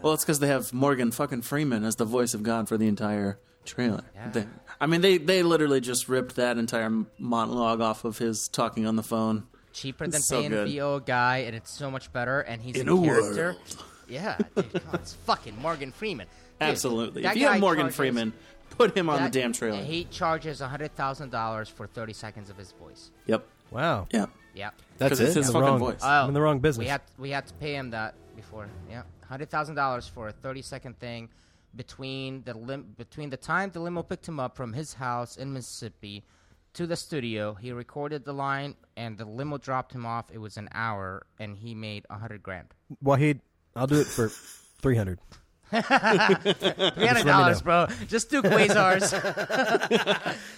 Well, it's because they have Morgan fucking Freeman as the voice of God for the entire trailer. They- I mean, they, they literally just ripped that entire monologue off of his talking on the phone.
Cheaper than
It's so
paying
good.
VO guy, and it's so much better. And he's
In
in
a
character.
uh,
Yeah, dude, come on, it's fucking Morgan Freeman. Dude,
Absolutely.
that
If you have
guy
Morgan
charges-
Freeman, put him on
that-
the damn trailer.
He charges hundred thousand dollars for thirty seconds of his voice.
Yep.
Wow.
Yep.
Yeah,
That's it?
his
The
fucking
wrong-
voice.
Uh,
I'm in the wrong business.
Oh, We had we had to pay him that before. Yeah, hundred thousand dollars for a thirty second thing between the lim- between the time the limo picked him up from his house in Mississippi to the studio. He recorded the line, and the limo dropped him off. It was an hour, and he made a hundred grand.
Wahid, I'll do it for three hundred.
Three hundred dollars, bro. Just two quasars.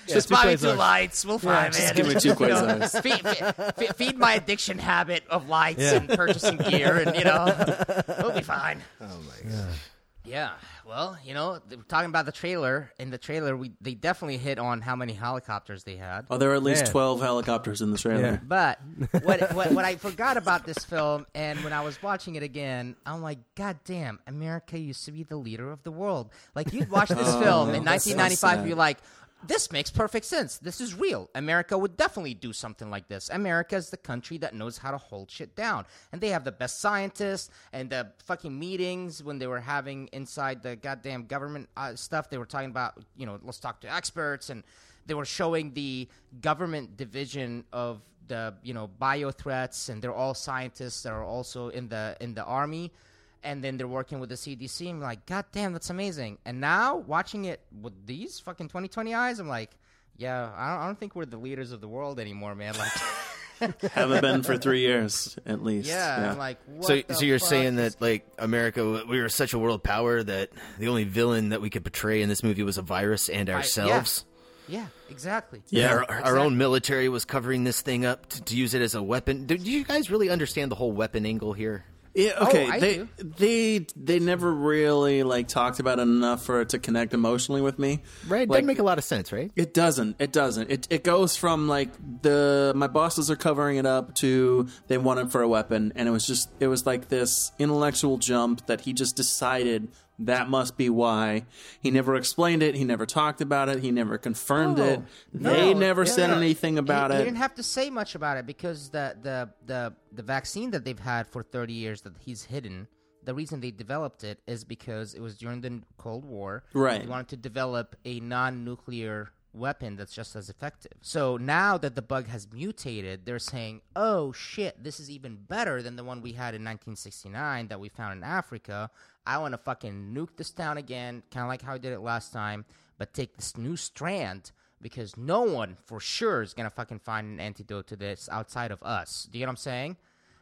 just
two
buy me two
Quasars.
lights. We'll
Yeah,
find
just
it.
give me two
You know,
Quasars.
feed, fe- fe- feed my addiction habit of lights
Yeah.
and purchasing gear, and you know, we'll be fine. Oh my
God.
Yeah. Well, you know, th- talking about the trailer. In the trailer, we they definitely hit on how many helicopters they had.
Oh, there were at least
Man.
12 helicopters in the trailer.
But what, what what I forgot about this film, and when I was watching it again, I'm like, God damn, America used to be the leader of the world. Like you'd watch this
Oh,
film in
that's so
1995,
sad.
you're like. This makes perfect sense. This is real. America would definitely do something like this. America is the country that knows how to hold shit down. And they have the best scientists and the fucking meetings when they were having inside the goddamn government uh, stuff. They were talking about, you know, let's talk to experts and they were showing the government division of the you know bio threats and they're all scientists that are also in the in the army and then they're working with the CDC. I'm like, God damn, that's amazing. And now watching it with these fucking 2020 eyes, I'm like, yeah, I don't, I don't think we're the leaders of the world anymore, man. Like,
Haven't been for three years at least.
Yeah, I'm like, what
so,
the
so you're
fuck
saying that like America, we were such a world power that the only villain that we could portray in this movie was a virus and
I-
ourselves.
Yeah, yeah exactly.
Yeah, our, our
Exactly.
own military was covering this thing up to, to use it as a weapon. Do, do you guys really understand the whole weapon angle here?
Yeah,
oh,
okay. they they they never really like talked about it enough for it to connect emotionally with me.
Right, it doesn't
Like-
make a lot of sense, right?
It doesn't. It doesn't. It it goes from like the my bosses are covering it up to they want it for a weapon, and it was just it was like this intellectual jump that he just decided that must be why. He never explained it. He never talked about it. He never confirmed it.
Oh, No,
they never
no,
said
no.
anything about
he,
it.
He didn't have to say much about it because the, the the the vaccine that they've had for 30 years that he's hidden. The reason they developed it is because it was during the Cold War.
Right.
They wanted to develop a non-nuclear weapon that's just as effective. So now that the bug has mutated, they're saying, "Oh shit, this is even better than the one we had in 1969 that we found in Africa. I want to fucking nuke this down again, kind of like how I did it last time, but take this new strand because no one for sure is gonna fucking find an antidote to this outside of us. Do you know what I'm saying?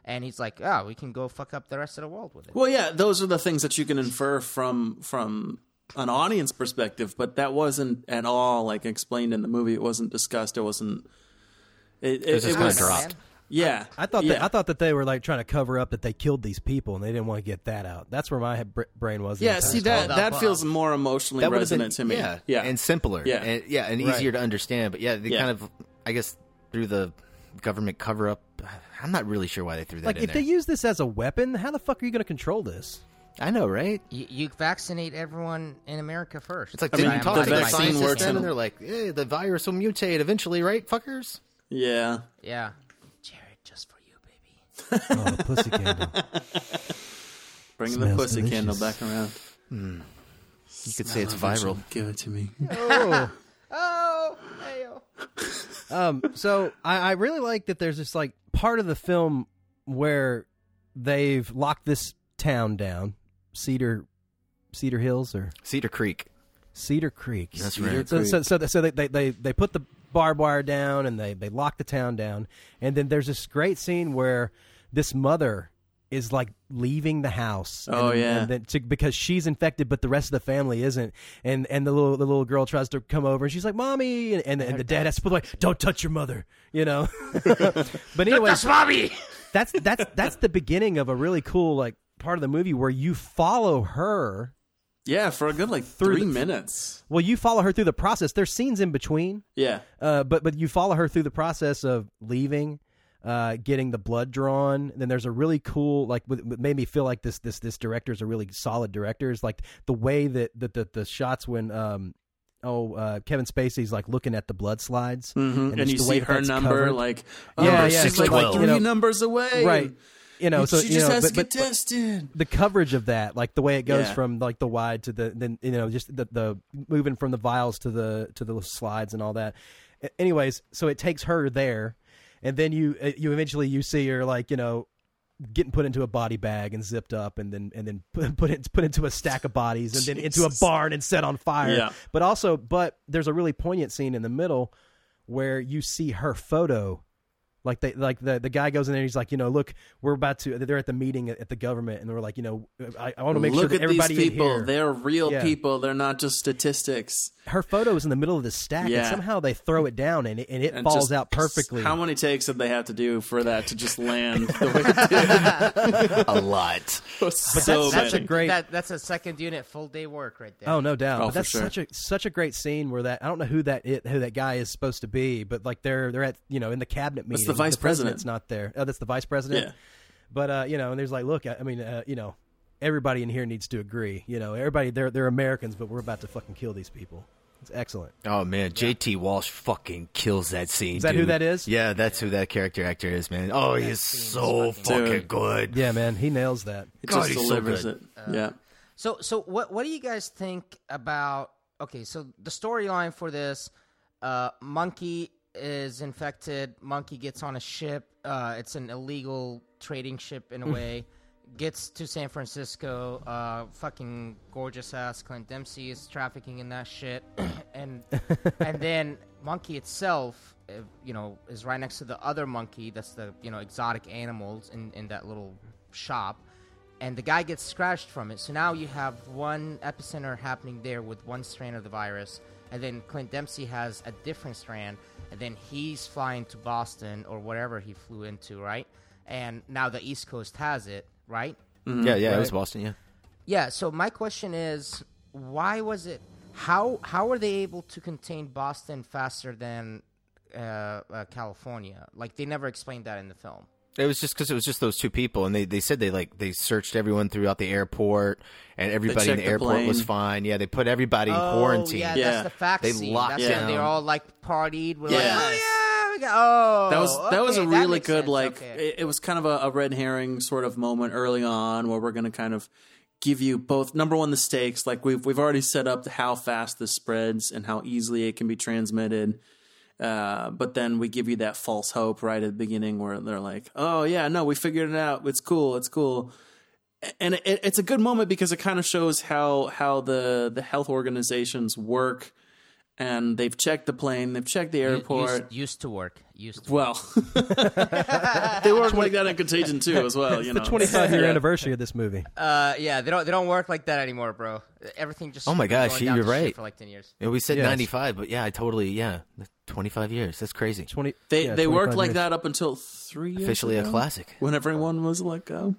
And he's like, oh, we can go fuck up the rest of the world with it.
Well, yeah, those are the things that you can infer from from an audience perspective, but that wasn't at all like explained in the movie. It wasn't discussed. It wasn't. It,
It was just
it, it
kinda
was
dropped.
Yeah,
I thought
yeah.
that I thought that they were like trying to cover up that they killed these people and they didn't want to get that out. That's where my he- br- brain was. the
yeah,
entire
see
time.
that that feels more emotionally
would've been-
resonant to me.
Yeah,
yeah,
and simpler.
Yeah.
and, yeah, and
Right.
easier to understand. But yeah, they
Yeah.
kind of, I guess, through the government cover up. I'm not really sure why they threw that
Like
in
if
there.
they use this as a weapon, how the fuck are you going to control this?
I know, right?
You, you vaccinate everyone in America first.
It's like didn't you talk to the scientists then, and they're
like,
like, "Yeah, the virus will mutate eventually, right, fuckers?"
yeah.
yeah.
Oh, the pussy candle.
Bring the
Smells
pussy candle
delicious.
back around.
You could say it's viral.
Give it to me.
Oh.
oh, hey-o.
um, so I, I really like that there's this like part of the film where they've locked this town down, Cedar, Cedar Hills or
Cedar Creek,
Cedar Creek.
That's Cedar right.
So, so,
Creek.
so, so they, they, they, they put the barbed wire down and they, they lock the town down, and then there's this great scene where this mother is like leaving the house.
Oh,
and-
yeah.
and then to, because she's infected, but the rest of the family isn't. And and the little the little girl tries to come over, and she's like, "Mommy," and and, and the dad has to put like, "Don't touch your mother," you know. but anyway,
touch mommy!
that's that's that's the beginning of a really cool like part of the movie where you follow her.
Yeah, for a good like
Through
three
the-
minutes.
Well, you follow her through the process. There's scenes in between.
Yeah.
Uh, but but you follow her through the process of leaving, uh, getting the blood drawn. Then there's a really cool like what what made me feel like this this this director is a really solid director is like the way that that the, the shots when um oh uh, Kevin Spacey's like looking at the blood slides
Mhm. And,
just
you
the way
see
that
her
that's
number
covered.
like oh,
yeah yeah
she's
it's
like, like
you
three
know,
numbers away.
right. You know, so
she
you
just
know,
has
but-
to
but-
get tested.
the coverage of that, like the way it goes
Yeah.
from like the wide to the then you know just the, the moving from the vials to the to the slides and all that. A- Anyways, so it takes her there, and then you uh, you eventually you see her like you know getting put into a body bag and zipped up and then and then put put, it, put into a stack of bodies and then into a
Jesus.
barn and set on fire.
Yeah.
But also, but there's a really poignant scene in the middle where you see her photo like they like the the guy goes in there. and He's like, you know, look, we're about to. They're at the meeting at, at the government, and we're like, you know, I, I want to make
Look
sure that
at these
everybody
people.
in here.
They're real
Yeah.
people. They're not just statistics.
Her photo is in the middle of the stack, and
Yeah.
somehow they throw it down, and it, and it
And
falls
just
out perfectly.
How many takes did they have to do for that to just land the way it did?
a lot.
But
so
that's- that's a
many.
great-
That, that's a second unit full day work right there.
Oh no doubt,
Oh,
but
for
that's
sure.
such a such a great scene where that I don't know who that it, who that guy is supposed to be, but like they're they're at you know in the cabinet meeting.
That's the vice
president's
president.
not there. Oh, that's the vice president.
Yeah.
But uh, you know, and there's like, look, I, I mean, uh, you know, everybody in here needs to agree. You know, everybody they're they're Americans, but we're about to fucking kill these people. It's excellent.
Oh man, JT Walsh fucking kills that scene.
Is that who
dude.
that is?
Yeah, that's who that character actor is, man. Oh, he's so fucking,
Dude.
good.
Yeah, man, he nails that.
God, he's so good.
yeah.
So so what what do you guys think about okay, so the storyline for this uh monkey is infected, monkey gets on a ship, uh it's an illegal trading ship in a way. gets to San Francisco. Uh, fucking gorgeous ass Clint Dempsey is trafficking in that shit, and and then monkey itself, uh, you know, is right next to the other monkey. That's the you know exotic animals in in that little shop, and the guy gets scratched from it. So now you have one epicenter happening there with one strand of the virus, and then Clint Dempsey has a different strand, and then he's flying to Boston or whatever he flew into, right? And now the East Coast has it, right?
Mhm. Yeah, yeah, it was
Right.
Boston, yeah.
Yeah, so my question is why was it how how were they able to contain Boston faster than uh, uh, California? Like they never explained that in the film.
It was just because it was just those two people, and they, they said they like they searched everyone throughout the airport, and everybody
checked
in the
the
airport was
plane.
fine. Yeah, they put everybody in
Oh,
quarantine.
Yeah, that's the fact
They
scene.
locked
that's
down.
when they all like partied. We're like,
Yeah.
oh yeah, we got, oh
that was that was a
okay,
really
makes
good
sense,
like
okay.
it, it was kind of a, a red herring sort of moment early on where we're going to kind of give you both number one the stakes like we've we've already set up how fast this spreads and how easily it can be transmitted. Uh, but then we give you that false hope right at the beginning where they're like, "Oh yeah, no, we figured it out. It's cool. It's cool." and it, it's a good moment because it kind of shows how how the the health organizations work, and they've checked the plane, they've checked the airport.
Used, used to work. Used to
well, they work like that in Contagion too, as well.
It's
You
the
know,
25 year
Yeah.
anniversary of this movie.
Uh, yeah, they don't they don't work like that anymore, bro. Everything just
Oh my
been going
gosh, yeah,
down
you're
to shit
right.
For like ten years.
Yeah, we said
Yes.
95, but yeah, I totally yeah, 25 years. That's crazy.
20
They they worked like that up until three years
Officially a
ago,
classic.
when everyone was let go.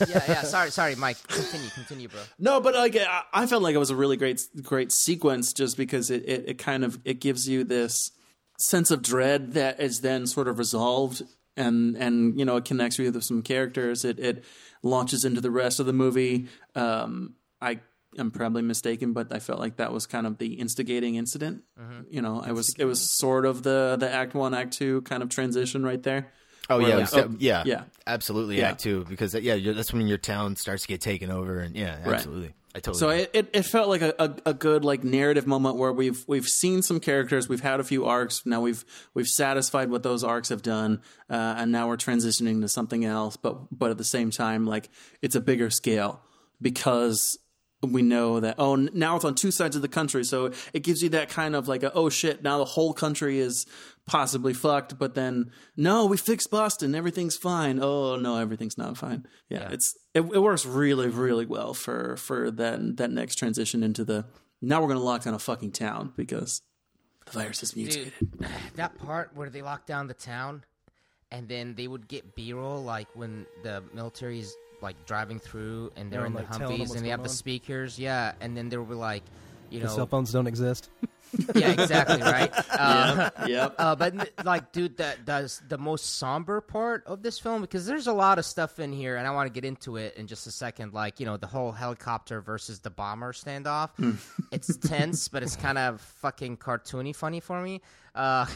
yeah, yeah. Sorry, sorry, Mike. Continue, continue, bro.
No, but like I, I felt like it was a really great great sequence just because it, it, it kind of it gives you this sense of dread that is then sort of resolved and and you know it connects you with some characters. It it launches into the rest of the movie. Um, I am probably mistaken, but I felt like that was kind of the instigating incident. You know, I was it was sort of the the act one, act two kind of transition right there.
Oh
Where,
yeah,
like,
it's de- yeah,
yeah.
absolutely.
Yeah.
Act two because yeah, you're, that's when your town starts to get taken over, and yeah,
Right.
absolutely. I totally.
So it, it, it felt like a, a, a good like narrative moment where we've we've seen some characters, we've had a few arcs, now we've we've satisfied what those arcs have done, uh, and now we're transitioning to something else. But but at the same time, like it's a bigger scale because we know that oh n- now it's on two sides of the country, so it gives you that kind of like a, oh shit now the whole country is possibly fucked, but then no we fixed Boston, everything's fine. Oh no, everything's not fine. Yeah, it's it, it works really really well for for that that next transition into the now we're gonna lock down a fucking town because the virus is mutated.
Dude, that part where they locked down the town, and then they would get B-roll like when the military's like driving through, and they're
Yeah,
in
like,
the
telling them
Humvees,
what's
and they have
going
the
on.
speakers, yeah, and then they were like, you know,
the cell phones don't exist.
yeah, exactly, right. Uh,
Yep, yep.
Uh, but n- like, dude, that that's the most somber part of this film because there's a lot of stuff in here, and I want to get into it in just a second. Like, you know, the whole helicopter versus the bomber standoff. it's tense, but it's kind of fucking cartoony funny for me. Uh,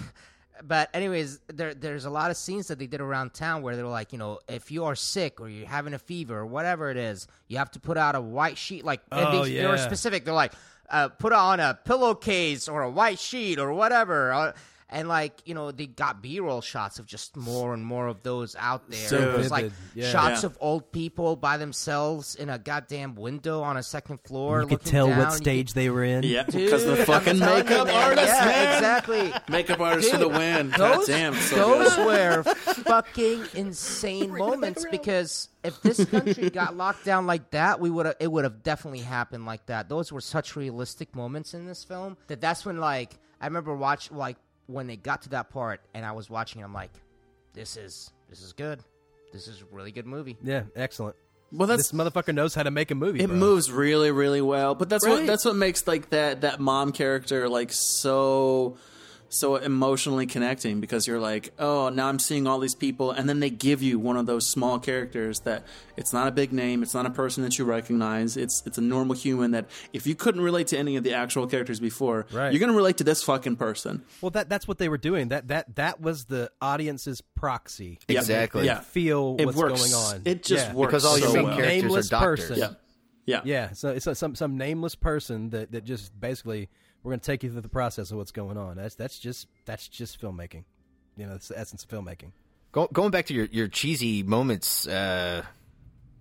but anyways, there there's a lot of scenes that they did around town where they were like, you know, if you are sick or you're having a fever or whatever it is, you have to put out a white sheet. Like, and
Oh,
they, they were
yeah.
specific. They're like, uh, put on a pillowcase or a white sheet or whatever. Uh, and like you know, they got B-roll shots of just more and more of those out there.
So
It was like
vivid. Yeah.
shots
Yeah.
of old people by themselves in a goddamn window on a second floor.
You could
looking
tell
down.
what
You
stage they were in.
Yeah,
Dude,
because the
I'm
fucking
telling you,
makeup
man.
artist,
Yeah,
man.
exactly.
Makeup artist to
Dude,
the win. God
Those,
damn, so
those
good.
were fucking insane moments because if this country got locked down like that, we would it would have definitely happened like that. Those were such realistic moments in this film that that's when like I remember watch like when they got to that part and I was watching, I'm like, this is this is good. This is a really good movie.
Yeah, excellent.
Well, that's
this motherfucker knows how to make a movie.
It
bro.
moves really, really well. But that's what
Right.
that's what makes like that that mom character like so so emotionally connecting because you're like, oh, now I'm seeing all these people, and then they give you one of those small characters that it's not a big name, it's not a person that you recognize, it's it's a normal human that if you couldn't relate to any of the actual characters before,
Right.
you're gonna relate to this fucking person.
Well, that that's what they were doing. That that that was the audience's proxy.
Yep.
Exactly.
They
Yeah.
feel
It
what's
works.
going on.
It just
yeah.
works Because all your so main well. characters are
nameless
doctors.
Person.
Yeah.
Yeah.
Yeah. So it's a- some some nameless person that that just basically we're going to take you through the process of what's going on. That's that's just that's just filmmaking. You know, it's the essence of filmmaking.
Go, going back to your, your cheesy moments, uh,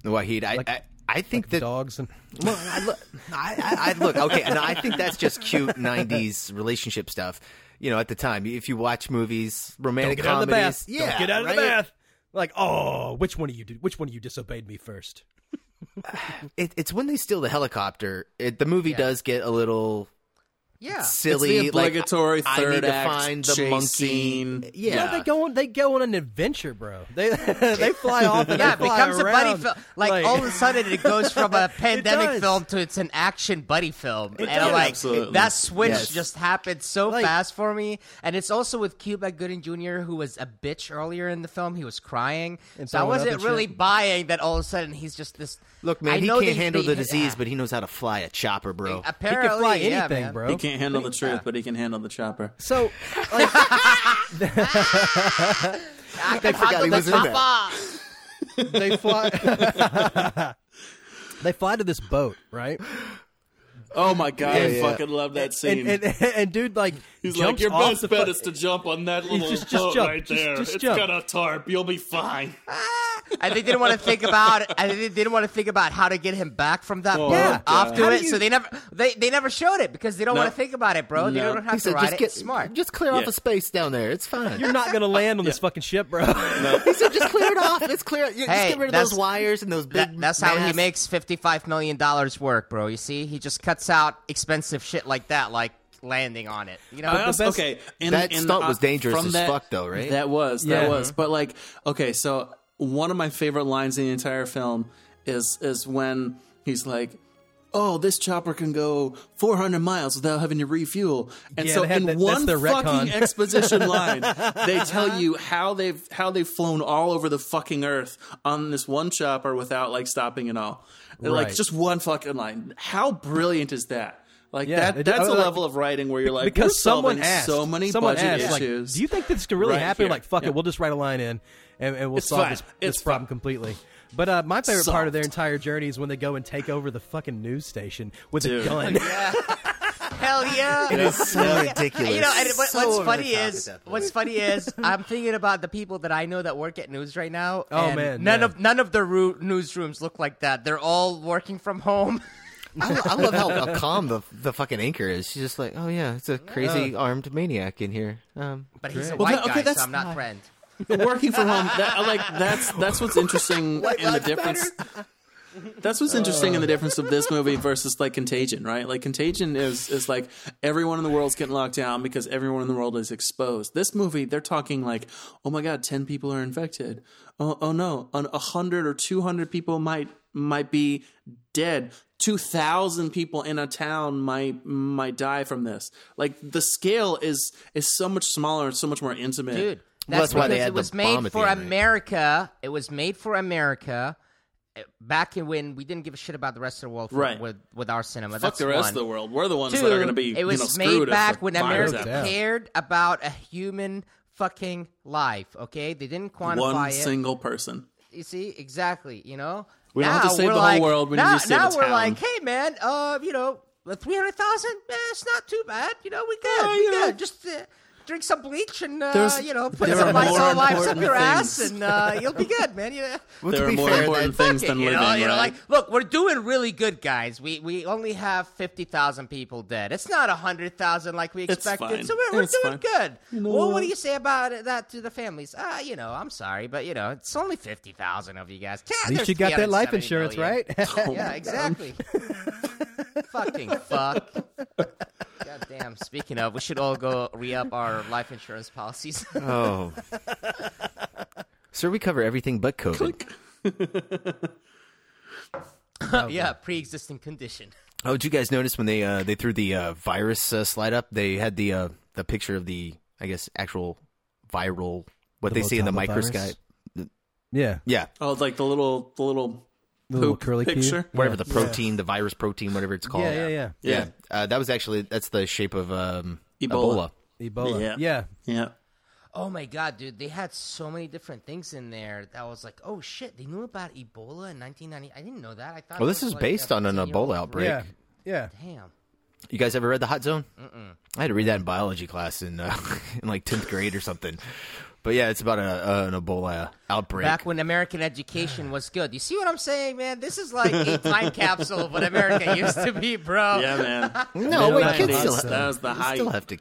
Wahid, I, I, I think that
dogs and
well, I, look, I, I, I look okay, and I think that's just cute '90s relationship stuff. You know, at the time, if you watch movies, romantic
Don't get out of the
comedies,
bath.
yeah,
Don't get out of
right?
the bath. Like, oh, which one of you did? Which one of you disobeyed me first?
It, it's when they steal the helicopter. It, the movie
Yeah.
does get a little
Yeah.
silly,
It's the obligatory
like, I- I
third
need
act
to find the
chase
monkey.
scene.
Yeah,
No, they go on. They go on an adventure, bro. They they fly off. And
yeah,
they
it
fly
becomes a buddy
around.
film. Like, all of a sudden, it goes from a pandemic film to it's an action buddy film,
It
and I'm
does.
like
Absolutely.
that switch
Yes.
just happened so fast for me. And it's also with Cuba Gooding Jr., who was a bitch earlier in the film. He was crying,
And
so I
throwing up
wasn't
and
really
shit.
buying that. All of a sudden, he's just this.
Look, man,
I
he
know
can't
they-
handle
they-
the disease, but he knows how to fly a chopper, bro.
Apparently, yeah, man.
He can't handle the truth, but he can handle the chopper.
So,
I
They
can
forgot
handle
he
the
was in that.
chopper.
they fly. they fly to this boat, right?
Oh my god,
Yeah,
I
yeah.
fucking love that scene.
And, and, and dude, like,
He's like,
jumps
your
off
best
the
bet
fu-
is to jump on that little
just- just
boat
jump.
right
Just-
there.
just
It's
jump.
got a tarp. You'll be fine.
and they didn't want to think about and they didn't want to think about how to get him back from that
Oh,
boat
yeah.
off to
How do
it.
you-
So they never they, they never showed it because they don't
No.
want to think about it, bro. They
No.
don't
He
have to
said,
ride
just
it.
get-
it's smart.
Just clear off a space down there. It's fine.
You're not gonna land on this fucking ship, bro.
he said, just clear it off. It's clear. You- just
Hey,
get rid of
that's-
those wires and those big.
That- that's how he
masts.
makes fifty five million dollars work, bro. You see, he just cuts out expensive shit like that, like landing on it. You know,
I also- okay, and,
That
and,
stunt
uh,
was dangerous
from
as
that-
fuck, though, right?
That was, that
Yeah.
was. But like, okay, so one of my favorite lines in the entire film is is when he's like. Oh, this chopper can go 400 miles without having to refuel. And
Yeah,
so
they had
in
that- that's
one
their
fucking
retcon.
exposition line, they tell you how they've how they've flown all over the fucking earth on this one chopper without like stopping and all. They're Like
Right.
just one fucking line. How brilliant is that? Like
Yeah,
that
it-
that's a
like-
level of writing where you're like
because
we're solving
someone asked
so many
someone
budget
asked, like,
issues.
do you think this can really
right
happen?
here.
Like, fuck
Yeah.
it, we'll just write a line in, and, and we'll
It's
solve
fine.
this,
It's
this problem completely. But uh, my favorite part of their entire journey is when they go and take over the fucking news station with
Dude.
a gun.
Hell yeah!
It is so
Hell yeah.
ridiculous.
You know, and what,
So
what's
over
funny
the top
is
at that point.
what's funny is I'm thinking about the people that I know that work at news right now.
Oh,
and
man,
none
yeah.
of none of the ru- newsrooms look like that. They're all working from home.
I, I love how calm the the fucking anchor is. She's just like, oh yeah, it's a crazy armed maniac in here. Um,
But he's a
great.
white guy, so I'm not friend.
working from home. That, I like that's that's what's interesting
White
in the
lives
difference. That's what's interesting in the difference of this movie versus like Contagion, right? Like Contagion is is like everyone in the world's getting locked down because everyone in the world is exposed. This movie, they're talking like, oh my god, ten people are infected. Oh, oh no, An- a hundred or two hundred people might might be dead. Two thousand people in a town might might die from this. Like the scale is is so much smaller and so much more intimate.
Dude, that's, because it was made for America. It was made for America. uh, Back in when we didn't give a shit about the rest of the world for,
Right.
with with our cinema.
Fuck
That's
the rest
one.
of the world. We're the ones
Two,
that are gonna be,
It
you
was
know,
made
screwed if
back
the
when
virus
America
happens.
cared about a human fucking life. Okay, they didn't quantify
one
it.
single person.
You see, exactly. You know,
We don't have
Now
to save
we're
the whole
like-
world, we need
now,
to save
now
a
we're
town.
like, hey man, uh, you know, three hundred thousand. Eh, it's not too bad. You know, we good.
Yeah,
we
you know.
good. Just. Uh, Drink some bleach and uh,
There's-
you know put
there
some
are more
Lysol wipes up
important
your ass
things.
and uh, you'll be good, man. You know?
Well, to There are be more fair, important
Fuck
things
it,
than
you know,
living,
you know,
right?
like, look, we're doing really good, guys. We we only have fifty thousand people dead. It's not hundred thousand like we
It's
expected,
fine.
so we're, we're
It's
doing
fine.
good.
You know
well, what
what?
do you say about it- that to the families? Ah, you know, I'm sorry, but you know, it's only fifty thousand of you guys.
At least you got that life insurance, right?
yeah, exactly. Fucking fuck. Goddamn. Speaking of, we should all go re-up our life insurance policies.
Oh. Sir, we cover everything but COVID.
Oh,
yeah, pre-existing condition.
Oh, did you guys notice when they uh, they threw the uh, virus uh, slide up? They had the uh, the picture of the I guess actual viral what
The
they see in the
Motaba virus?
microscope.
yeah,
Yeah,
Oh, it's like the little the little
The little
poop
curly cue.
picture.
whatever the
Yeah.
protein, the virus protein, whatever it's called.
Yeah, yeah, yeah.
yeah. Uh, that was actually that's the shape of um,
Ebola.
Ebola.
Ebola.
Yeah.
yeah.
Yeah.
Oh my god, dude! They had so many different things in there that I was like, "Oh shit!" They knew about Ebola in 1990. I didn't know that. I thought.
Well,
it
this
was
is
like
based
a
on an
15-year-old
Ebola outbreak.
Yeah. Yeah.
Damn.
You guys ever read The Hot Zone?
Mm-mm.
I had to read that in biology class in uh, in like tenth grade or something. But yeah, it's about a, an Ebola outbreak.
Back when American education was good. You see what I'm saying, man? This is like a time capsule of what America used to be, bro.
Yeah, man.
No,
Middle
wait, kids
90s,
still have-
that was the
we
height.
still have to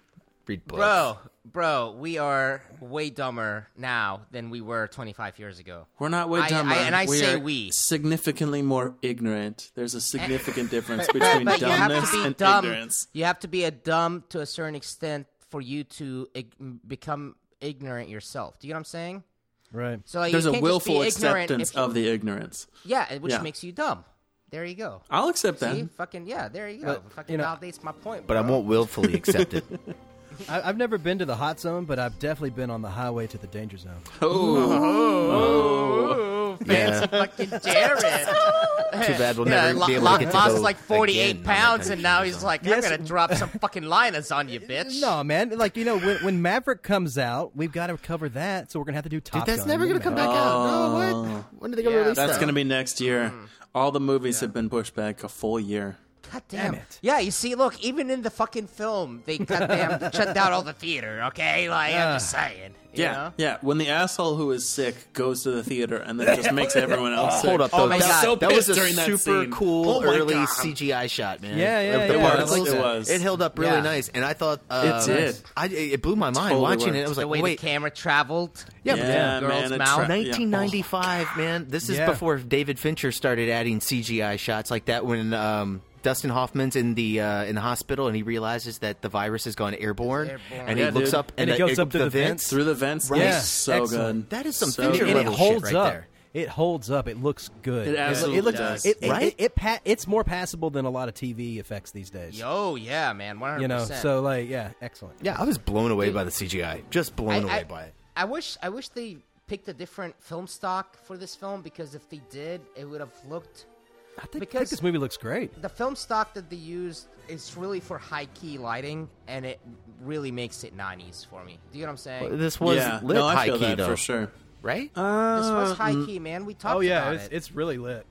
read books.
Bro, bro, we are way dumber now than we were 25 years ago.
We're not way
I-
dumber.
I- and I
we
say
are
we.
significantly more ignorant. There's a significant difference between
But you have to
dumbness
be
and
dumb.
ignorance.
You have to be a dumb to a certain extent for you to ig- become ignorant yourself. Do you know what I'm saying?
Right.
So like,
There's
you
a
can't just be
willful
ignorant
acceptance
if you-
of the ignorance.
Yeah, which
Yeah.
makes you dumb. There you go.
I'll accept
See?
that.
Fucking yeah, there you go.
But,
Fucking
you know-
validates my point.
But I won't willfully accept it.
I, I've never been to the hot zone, but I've definitely been on the highway to the danger zone.
Oh.
Yeah.
Fancy fucking Jared.
Too bad we'll
Yeah,
never
lo-
be able
lo-
to get to
lost
go
like 48
again.
pounds, and now he's like,
Yes.
I'm going to drop some fucking linas on you, bitch.
No, man. Like you know, when, when Maverick comes out, we've got to cover that. So we're gonna have to do Top
that's
Gun,
never
you know.
gonna come back out. No,
Oh.
what? When are they gonna release
That's
that?
going to be next year.
Mm.
All the movies have been pushed back a full year.
God damn, it. Yeah, you see, look, even in the fucking film, they goddamn shut down all the theater, okay? Like, I'm just saying. you
yeah,
know?
yeah. When the asshole who is sick goes to the theater and then just makes everyone else sick.
Hold up,
Oh
though.
my
that,
God.
that was a
during that
super
scene.
cool
Oh my
early
God.
CGI shot, man.
Yeah, yeah,
Of the
yeah.
parts.
It was, it was.
It held up really
Yeah.
nice, and I thought um,
It did.
I, it blew my mind
Totally
watching it.
worked.
I was
the
like,
way
wait,
the camera traveled.
Yeah, but
Yeah,
the
man,
girl's
it
mouth.
tra- yeah.
1995, man. This is
Yeah.
before David Fincher started adding CGI shots like that when um, Dustin Hoffman's in the uh, in the hospital and he realizes that the virus has gone airborne,
airborne.
and he
Yeah,
looks
dude.
up
And
the,
it goes up to the vents.
vents
Through the vents.
Right.
Yeah. So
Excellent.
good. That is some So
And
Fincher
it
level shit
holds
right
up.
there.
It holds up. It looks good.
It
lo-
absolutely
looks,
does.
It, it,
Right?
It, it pa- it's more passable than a lot of TV effects these days.
Yo, yeah, man, 100%.
You know, so like, yeah, excellent.
Yeah, I was blown away by the CGI. Just blown away by it.
I wish I wish they picked a different film stock for this film because if they did, it would have looked.
I think, I
because
think this movie looks great.
the film stock that they used is really for high key lighting, and it really makes it 90s for me. Do you know what I'm saying?
Well, this was
Yeah.
lit
No, I
high
feel
key
that
though,
for sure.
Right?
this was high key, man. We talked
uh, oh yeah,
about
it's,
it.
it's really lit.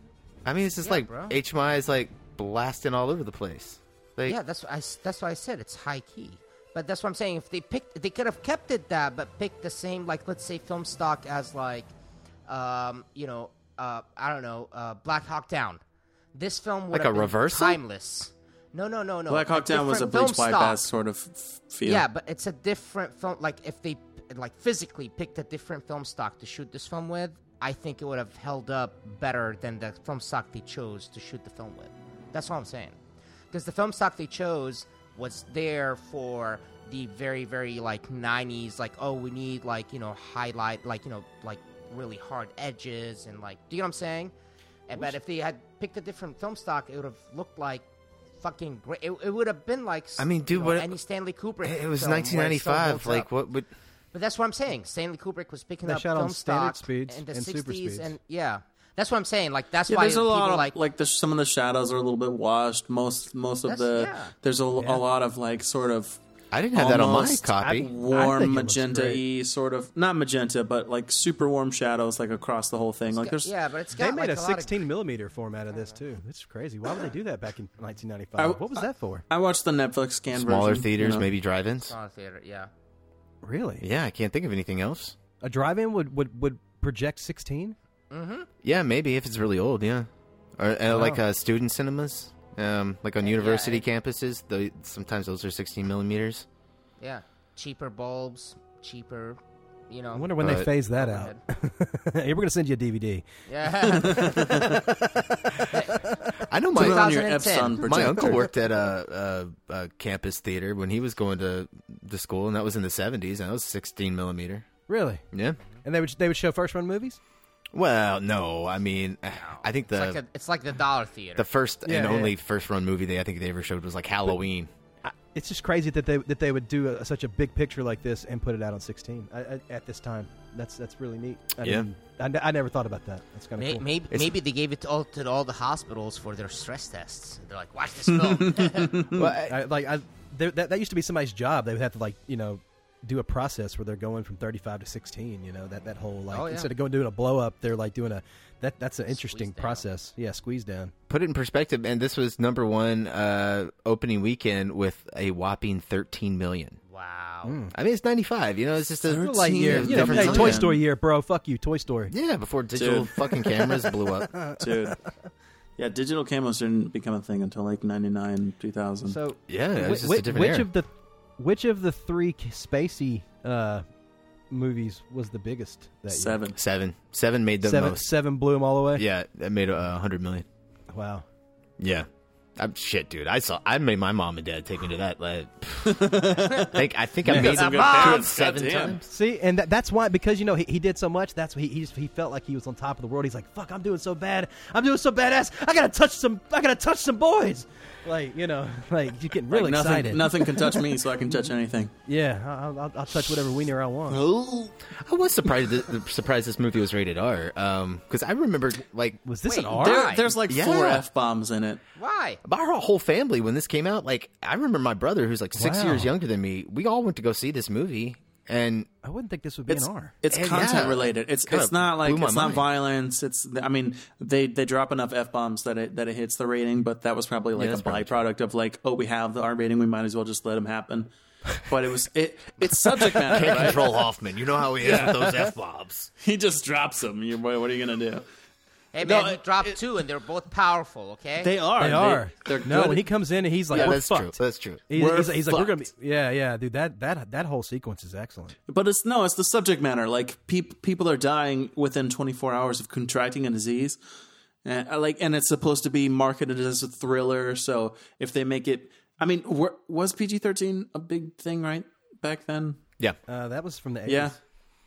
I mean, it's just
Yeah,
like
bro.
HMI is like blasting all over the place. Like,
yeah, that's what I, s- that's why I said it's high key. But that's what I'm saying. If they picked, they could have kept it that, but picked the same, like let's say film stock as like, um, you know, uh, I don't know, uh, Black Hawk Down. This film would
Like
have
a
been
reversal?
timeless. No, no, no, no.
Black Hawk Down was a
different film
bleach bypass
stock.
sort of f- feel.
Yeah, but it's a different film. Like if they like physically picked a different film stock to shoot this film with, I think it would have held up better than the film stock they chose to shoot the film with. That's all I'm saying. Because the film stock they chose was there for the very, very like '90s. Like, oh, we need like you know highlight, like you know like really hard edges and like, do you know what I'm saying? And, but if they had picked a different film stock, it would have looked like fucking great. It, it would have been like
I mean, dude,
you know,
what-
any Stanley Kubrick.
it was
film where it still
1995.
holds
Like,
up.
what would
But that's what I'm saying. Stanley Kubrick was picking
They
up
shot on
film
standard
stock
speeds
in the
and
60s,
super speeds.
and yeah, that's what I'm saying. Like that's
Yeah,
why
there's a
people
lot of
like
like, the some of the shadows are a little bit washed. Most most of
That's-
the
yeah.
there's a, a lot of like sort of.
I didn't have that on my
almost
copy. I- I think
Warm
it looks
magenta-y sort of not magenta, but like super warm shadows like across the whole thing. Like there's
they made a 16 millimeter format of this too. It's crazy. Why would they do that back in 1995?
I-
what was that for?
I watched the Netflix scan
smaller
version,
theaters,
you know.
maybe drive-ins?
smaller theater. Yeah,
Really?
Yeah, I can't think of anything else.
A drive-in would would would project 16.
Yeah, maybe if it's really old. Yeah, or uh, like uh, student cinemas, um, like on university campuses. They, sometimes those are 16 millimeters.
yeah, cheaper bulbs, cheaper. You know,
I wonder when they
Right.
phase that out. hey, we're gonna send you a DVD.
Yeah.
I know
Put
my
it on your 2010. Epson
My
projector.
uncle worked at a, a, a campus theater when he was going to the school, and that was in the 70s, and that was 16 millimeter.
Really?
Yeah.
And they would they would show first run movies.
Well, no, I mean, I think the
it's like a, it's like the dollar theater.
the first
Yeah,
and
yeah.
only first run movie they I think they ever showed was like Halloween.
It's just crazy that they that they would do a, such a big picture like this and put it out on 16 I, I, at this time. That's that's really neat. I
Yeah.
didn't- I, ne- I never thought about that. That's kind of
May-
cool.
Maybe maybe they gave it all to all the hospitals for their stress tests. They're like, watch this film.
Well, I, I- like I, there, that, that used to be somebody's job. They would have to like you know do a process where they're going from 35 to 16. You know that that whole like
Oh, yeah.
instead of going doing a blow up, they're like doing a that that's an interesting process. Yeah, squeeze down.
Put it in perspective, and this was number one uh, opening weekend with a whopping 13 million. Wow.
Wow.
Mm. I mean, it's 95. You know, it's just a
We're like year, you know, hey, Toy Story year, bro. Fuck you, Toy Story.
Yeah, before digital fucking cameras blew up.
dude. Yeah, digital cameras didn't become a thing until like 99, 2000.
So
yeah,
Wh-
it's
wh-
just a
which,
different era.
of the which of the three k- spacey uh, movies was the biggest that
Seven.
Seven. Seven made
year?
the
seven
most.
seven blew them all away.
Yeah, that made a uh, hundred million.
Wow.
Yeah. I'm, shit, dude. I saw. I made my mom and dad take me to that. Like, like I think I
Yeah,
made
some
them
good
go
parents,
seven
goddamn.
times.
See, and that, that's why because you know he, he did so much. That's why he he, just, he felt like he was on top of the world. He's like, "Fuck, I'm doing so bad. I'm doing so badass. I gotta touch some. I gotta touch some boys." Like you know, like you're getting really
Like, nothing,
excited.
Nothing can touch me, so I can touch anything.
Yeah, I'll, I'll, I'll touch whatever wiener I want.
I was surprised. That, surprised this movie was rated R. Um, because I remember like
was this
an Wait, R? there-
there's, like, four bombs in it.
Why?
But our whole family, when this came out, like I remember my brother, who's like six
Wow.
years younger than me, we all went to go see this movie, and
I wouldn't think this would be
It's-
an R.
It's
And
content
yeah,
related. It's
kinda
it's not like
blew my
it's not
mind.
violence. It's I mean they they drop enough f bombs that it that it hits the rating, but that was probably like
Yeah,
a
that's probably
byproduct of like oh we have the R rating, we might as well just let them happen. But it was it it's subject matter.
Can't
right?
control Hoffman. You know how he is
Yeah.
with those f bombs.
He just drops them. You boy, what are you gonna do?
Hey
No,
man, he dropped two, and they're both powerful. Okay,
They are.
They are.
They, are
no,
good.
when he comes in, and he's like,
Yeah,
"We're
that's
fucked."
true. That's true.
He's,
We're
he's- he's like, "We're gonna be." Yeah, yeah, dude. That that that whole sequence is excellent.
But it's no, it's the subject matter. Like peop people are dying within 24 hours of contracting a disease, and I like, and it's supposed to be marketed as a thriller. So if they make it, I mean, were, was PG 13 a big thing right back then?
Yeah.
Uh, that was from the 80s.
Yeah,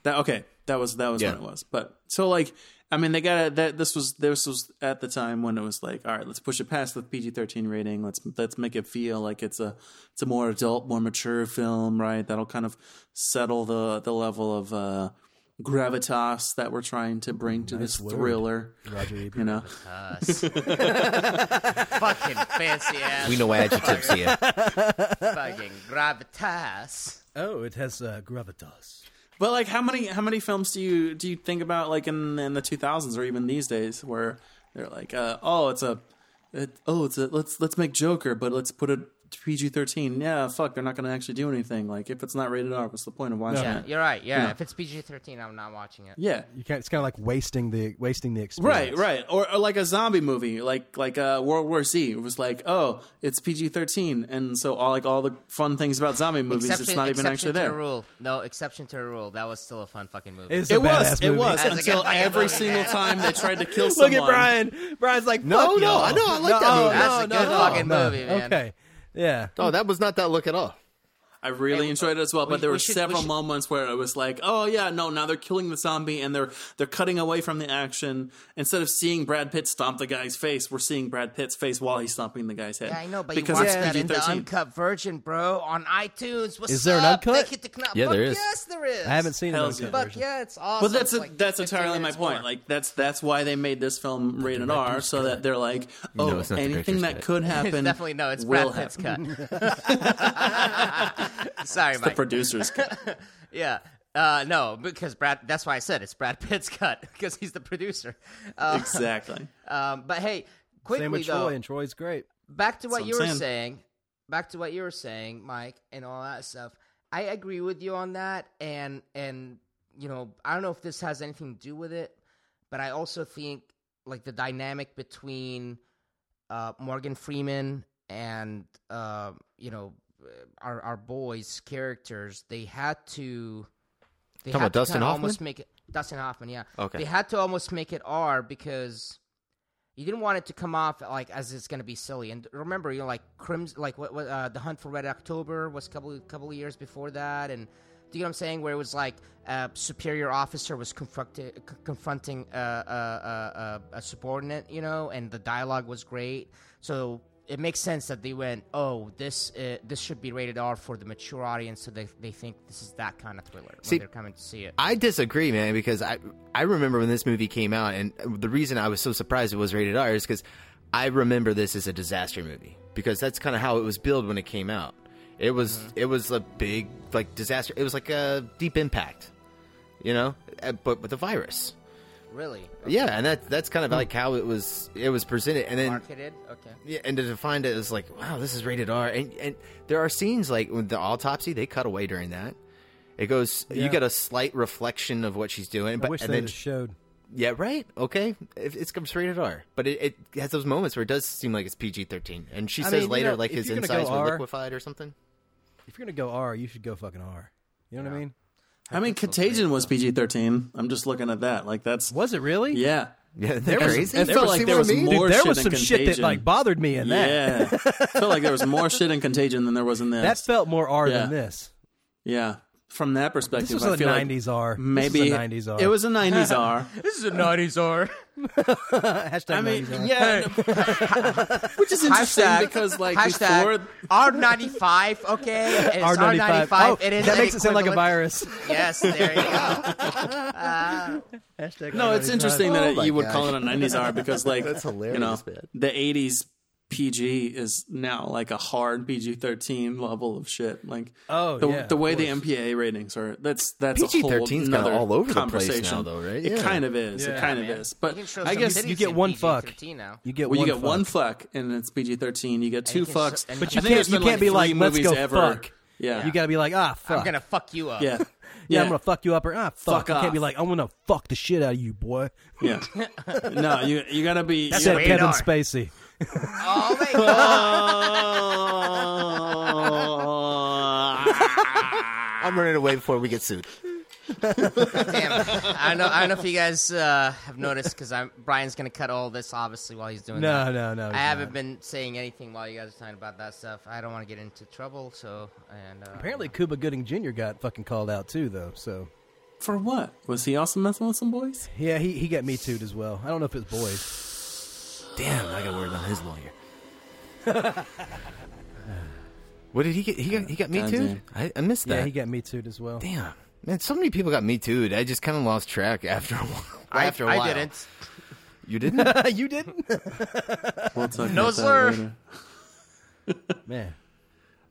that okay. That was that was
Yeah.
when it was. But so like, I mean, they got that. This was this was at the time when it was like, all right, let's push it past the PG thirteen rating. Let's let's make it feel like it's a it's a more adult, more mature film, right? That'll kind of settle the the level of uh, gravitas that we're trying to bring to this
word,
thriller.
Roger Ebert.
You know,
fucking fancy ass.
We know adjectives here.
fucking gravitas.
Oh, it has uh, gravitas.
but like, how many how many films do you do you think about like in in the two thousands or even these days where they're like, uh, oh, it's a it, oh, it's a, let's let's make Joker, but let's put it PG thirteen. Yeah, fuck, they're not going to actually do anything. Like if it's not rated R, what's the point of watching
Yeah,
it?
you're right. Yeah,
Yeah.
if it's PG thirteen, I'm not watching it.
Yeah.
You can't. It's kind of like wasting the wasting the experience.
Right, right, or, or like a zombie movie, like like uh, World War Z. It was like, oh, it's PG thirteen, and so all like all the fun things about zombie movies, it's not even
exception
actually
to
there.
the rule. No, exception to the rule. That was still a fun fucking movie.
It's a
It was,
badass
it
movie.
was
That's a
until
good fucking
every
movie.
single time they tried to kill
Look
someone.
at Brian. Brian's like,
No,
"Fuck
no,
y'all."
I know, I like that
No,
movie.
no,
That's a
no,
good
no,
fucking
no.
movie, man.
Okay, yeah.
Oh, that was not that look at all.
I really enjoyed it as well, but
we-
there
we
were
should- we
several
should-
moments where it was like, "Oh yeah, no, now they're killing the zombie and they're they're cutting away from the action. Instead of seeing Brad Pitt stomp the guy's face, we're seeing Brad Pitt's face while he's stomping the guy's head."
Yeah, I know, but you watch
it's
that in the
PG-13.
uncut version, bro, on iTunes. What's
Is there an
up?
uncut?
They hit the kno-
Yeah,
Fuck
there is.
Yes, there is.
I haven't seen
Hell's
it.
yeah.
Fuck yeah, it's awesome.
But that's
It's
a,
like
that's
15
entirely my
minutes
point.
more.
Like that's that's why they made this film rated R, so that they're like, "Oh,
No, it's not the
anything
director's
that
cut.
could happen,
it's definitely no. It's
will
Brad Pitt's
happen."
cut. Sorry,
The
Mike.
producer's cut.
yeah. Uh, no, because Brad. That's why I said it's Brad Pitt's cut because he's the producer. Uh,
exactly.
Um, but hey, quickly
Same with
though,
Troy, and Troy's great.
back to what
That's
you
what
were
I'm
saying, back to what you were saying, Mike, and all that stuff. I agree with you on that, and and you know I don't know if this has anything to do with it, but I also think like the dynamic between uh, Morgan Freeman and uh, you know uh, our our boys' characters, they had to. They
Talking
had
about
to
Dustin
kinda
Hoffman?
almost make it Dustin Hoffman, yeah.
Okay.
They had to almost make it R because you didn't want it to come off like as it's going to be silly. And remember, you know, like Crimson, like what, what uh, the Hunt for Red October was a couple couple of years before that, and do you know what I'm saying? Where it was like a superior officer was confronted, c- confronting a, a, a, a subordinate, you know, and the dialogue was great. So it makes sense that they went, oh, this uh, this should be rated R for the mature audience, so they they think this is that kind of thriller
See,
when they're coming to see it.
I disagree, man, because I I remember when this movie came out, and the reason I was so surprised it was rated R is because I remember this as a disaster movie because that's kind of how it was billed when it came out. It was it was a big eh, like disaster. It was like a deep impact, you know, Uh, but with the virus.
Really?
Yeah, and that that's kind of like how it was it was presented, and then
Marketed? Okay.
yeah, and to define it as like, wow, this is rated R, and and there are scenes like with the autopsy, they cut away during that. It goes,
Yeah.
you get a slight reflection of what she's doing, but
I wish
and
they
then
had showed.
yeah, right, okay, it, it's comes rated R, but it, it has those moments where it does seem like it's PG thirteen, and she
I
says
mean, you
later
know,
like
if
his
you're gonna
insides
go
were
R-
liquefied or something.
If you're gonna go R, you should go fucking R. You know what I mean?
I mean, Contagion was PG thirteen. I'm just looking at that. Like that's was
it really?
Yeah,
yeah.
There was- crazy?
It
there
felt
was- see
like
what
there
I
was
mean? Dude,
more.
there
shit
was
in
some shit that,
Contagion.
like, bothered me in that.
Yeah, it felt like there was more shit in Contagion than there was in this.
That felt more R
Yeah.
than this.
Yeah, from that perspective,
This was
I
a
feel like
'90s R. this
Maybe
was a '90s R.
It was a '90s R.
this is a '90s R.
Hashtag
I mean,
90s R.
yeah, which is interesting
Hashtag-
because like
hashtag
before
R95, okay? It's R95.
Oh,
it is
that
an
makes it sound like a
equivalent.
virus.
Yes, there you go. Ah.
No, it's interesting
Oh
that
my
you would
gosh.
call it a '90s R because, like,
That's hilarious,
You know,
man.
the '80s PG is now like a hard PG-13 level of shit. Like,
Oh,
the,
yeah,
the
of
way the MPA ratings are that's that's a whole
PG-13 's kinda
another
all over the place
conversation.
now, though, right?
It
Yeah.
kind of is.
Yeah,
it kind
man.
of is.
You
But
can show
I
some
guess
titties
you
in
get
one fuck.
PG-13 now.
You get
well,
one
you get
fuck.
one fuck, and it's PG-13. You get two
you can show-
fucks,
and
I
But
you
think there's
can't. You
been,
can't be
like, three
like, let's
movies
go
ever.
fuck.
Yeah,
You gotta be like, ah, fuck.
I'm gonna fuck you up.
yeah,
Yeah,
Yeah.
I'm gonna fuck you up or ah, fuck.
Fuck
you
off.
can't be like, I'm gonna fuck the shit out of you, boy.
yeah. No, you you gotta be.
That's
you
Said Kevin
gotta-
Spacey.
Oh my
I'm running away before we get sued.
Damn. I don't know. I don't know if you guys uh, have noticed because I'm Brian's gonna cut all this obviously while he's doing
No,
that.
no, no,
I
he's
haven't been saying anything while you guys are talking about that stuff. I don't want to get into trouble. So and uh,
Apparently, Cuba Gooding Jr. got fucking called out too, though. So
for what was he also messing with some boys?
yeah, he he got me too as well. I don't know if it's boys.
Damn, I got word on his lawyer. What did he get? He got he got me too.
Goddamn.
I, I missed that.
Yeah, he got me too as well.
Damn, man, so many people got me too. I just kind of lost track after a while.
I,
after a
I
while.
didn't.
You didn't.
you didn't.
We'll talk
No,
about that
sir.
later.
Man,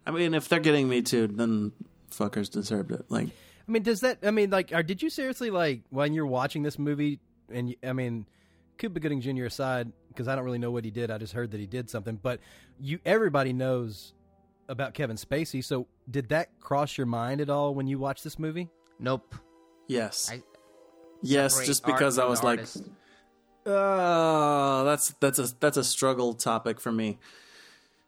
I mean, if they're getting me too, then fuckers deserved it. Like,
I mean, does that? I mean, like, are, did you seriously like when you're watching this movie? And you- I mean, Cuba Gooding Jr. aside, because I don't really know what he did. I just heard that he did something. But you, everybody knows about Kevin Spacey. So did that cross your mind at all when you watched this movie?
Nope.
yes,
I
yes,
separate
just
art
because I
from
was
the
like,
artist.
oh, that's that's a that's a struggle topic for me.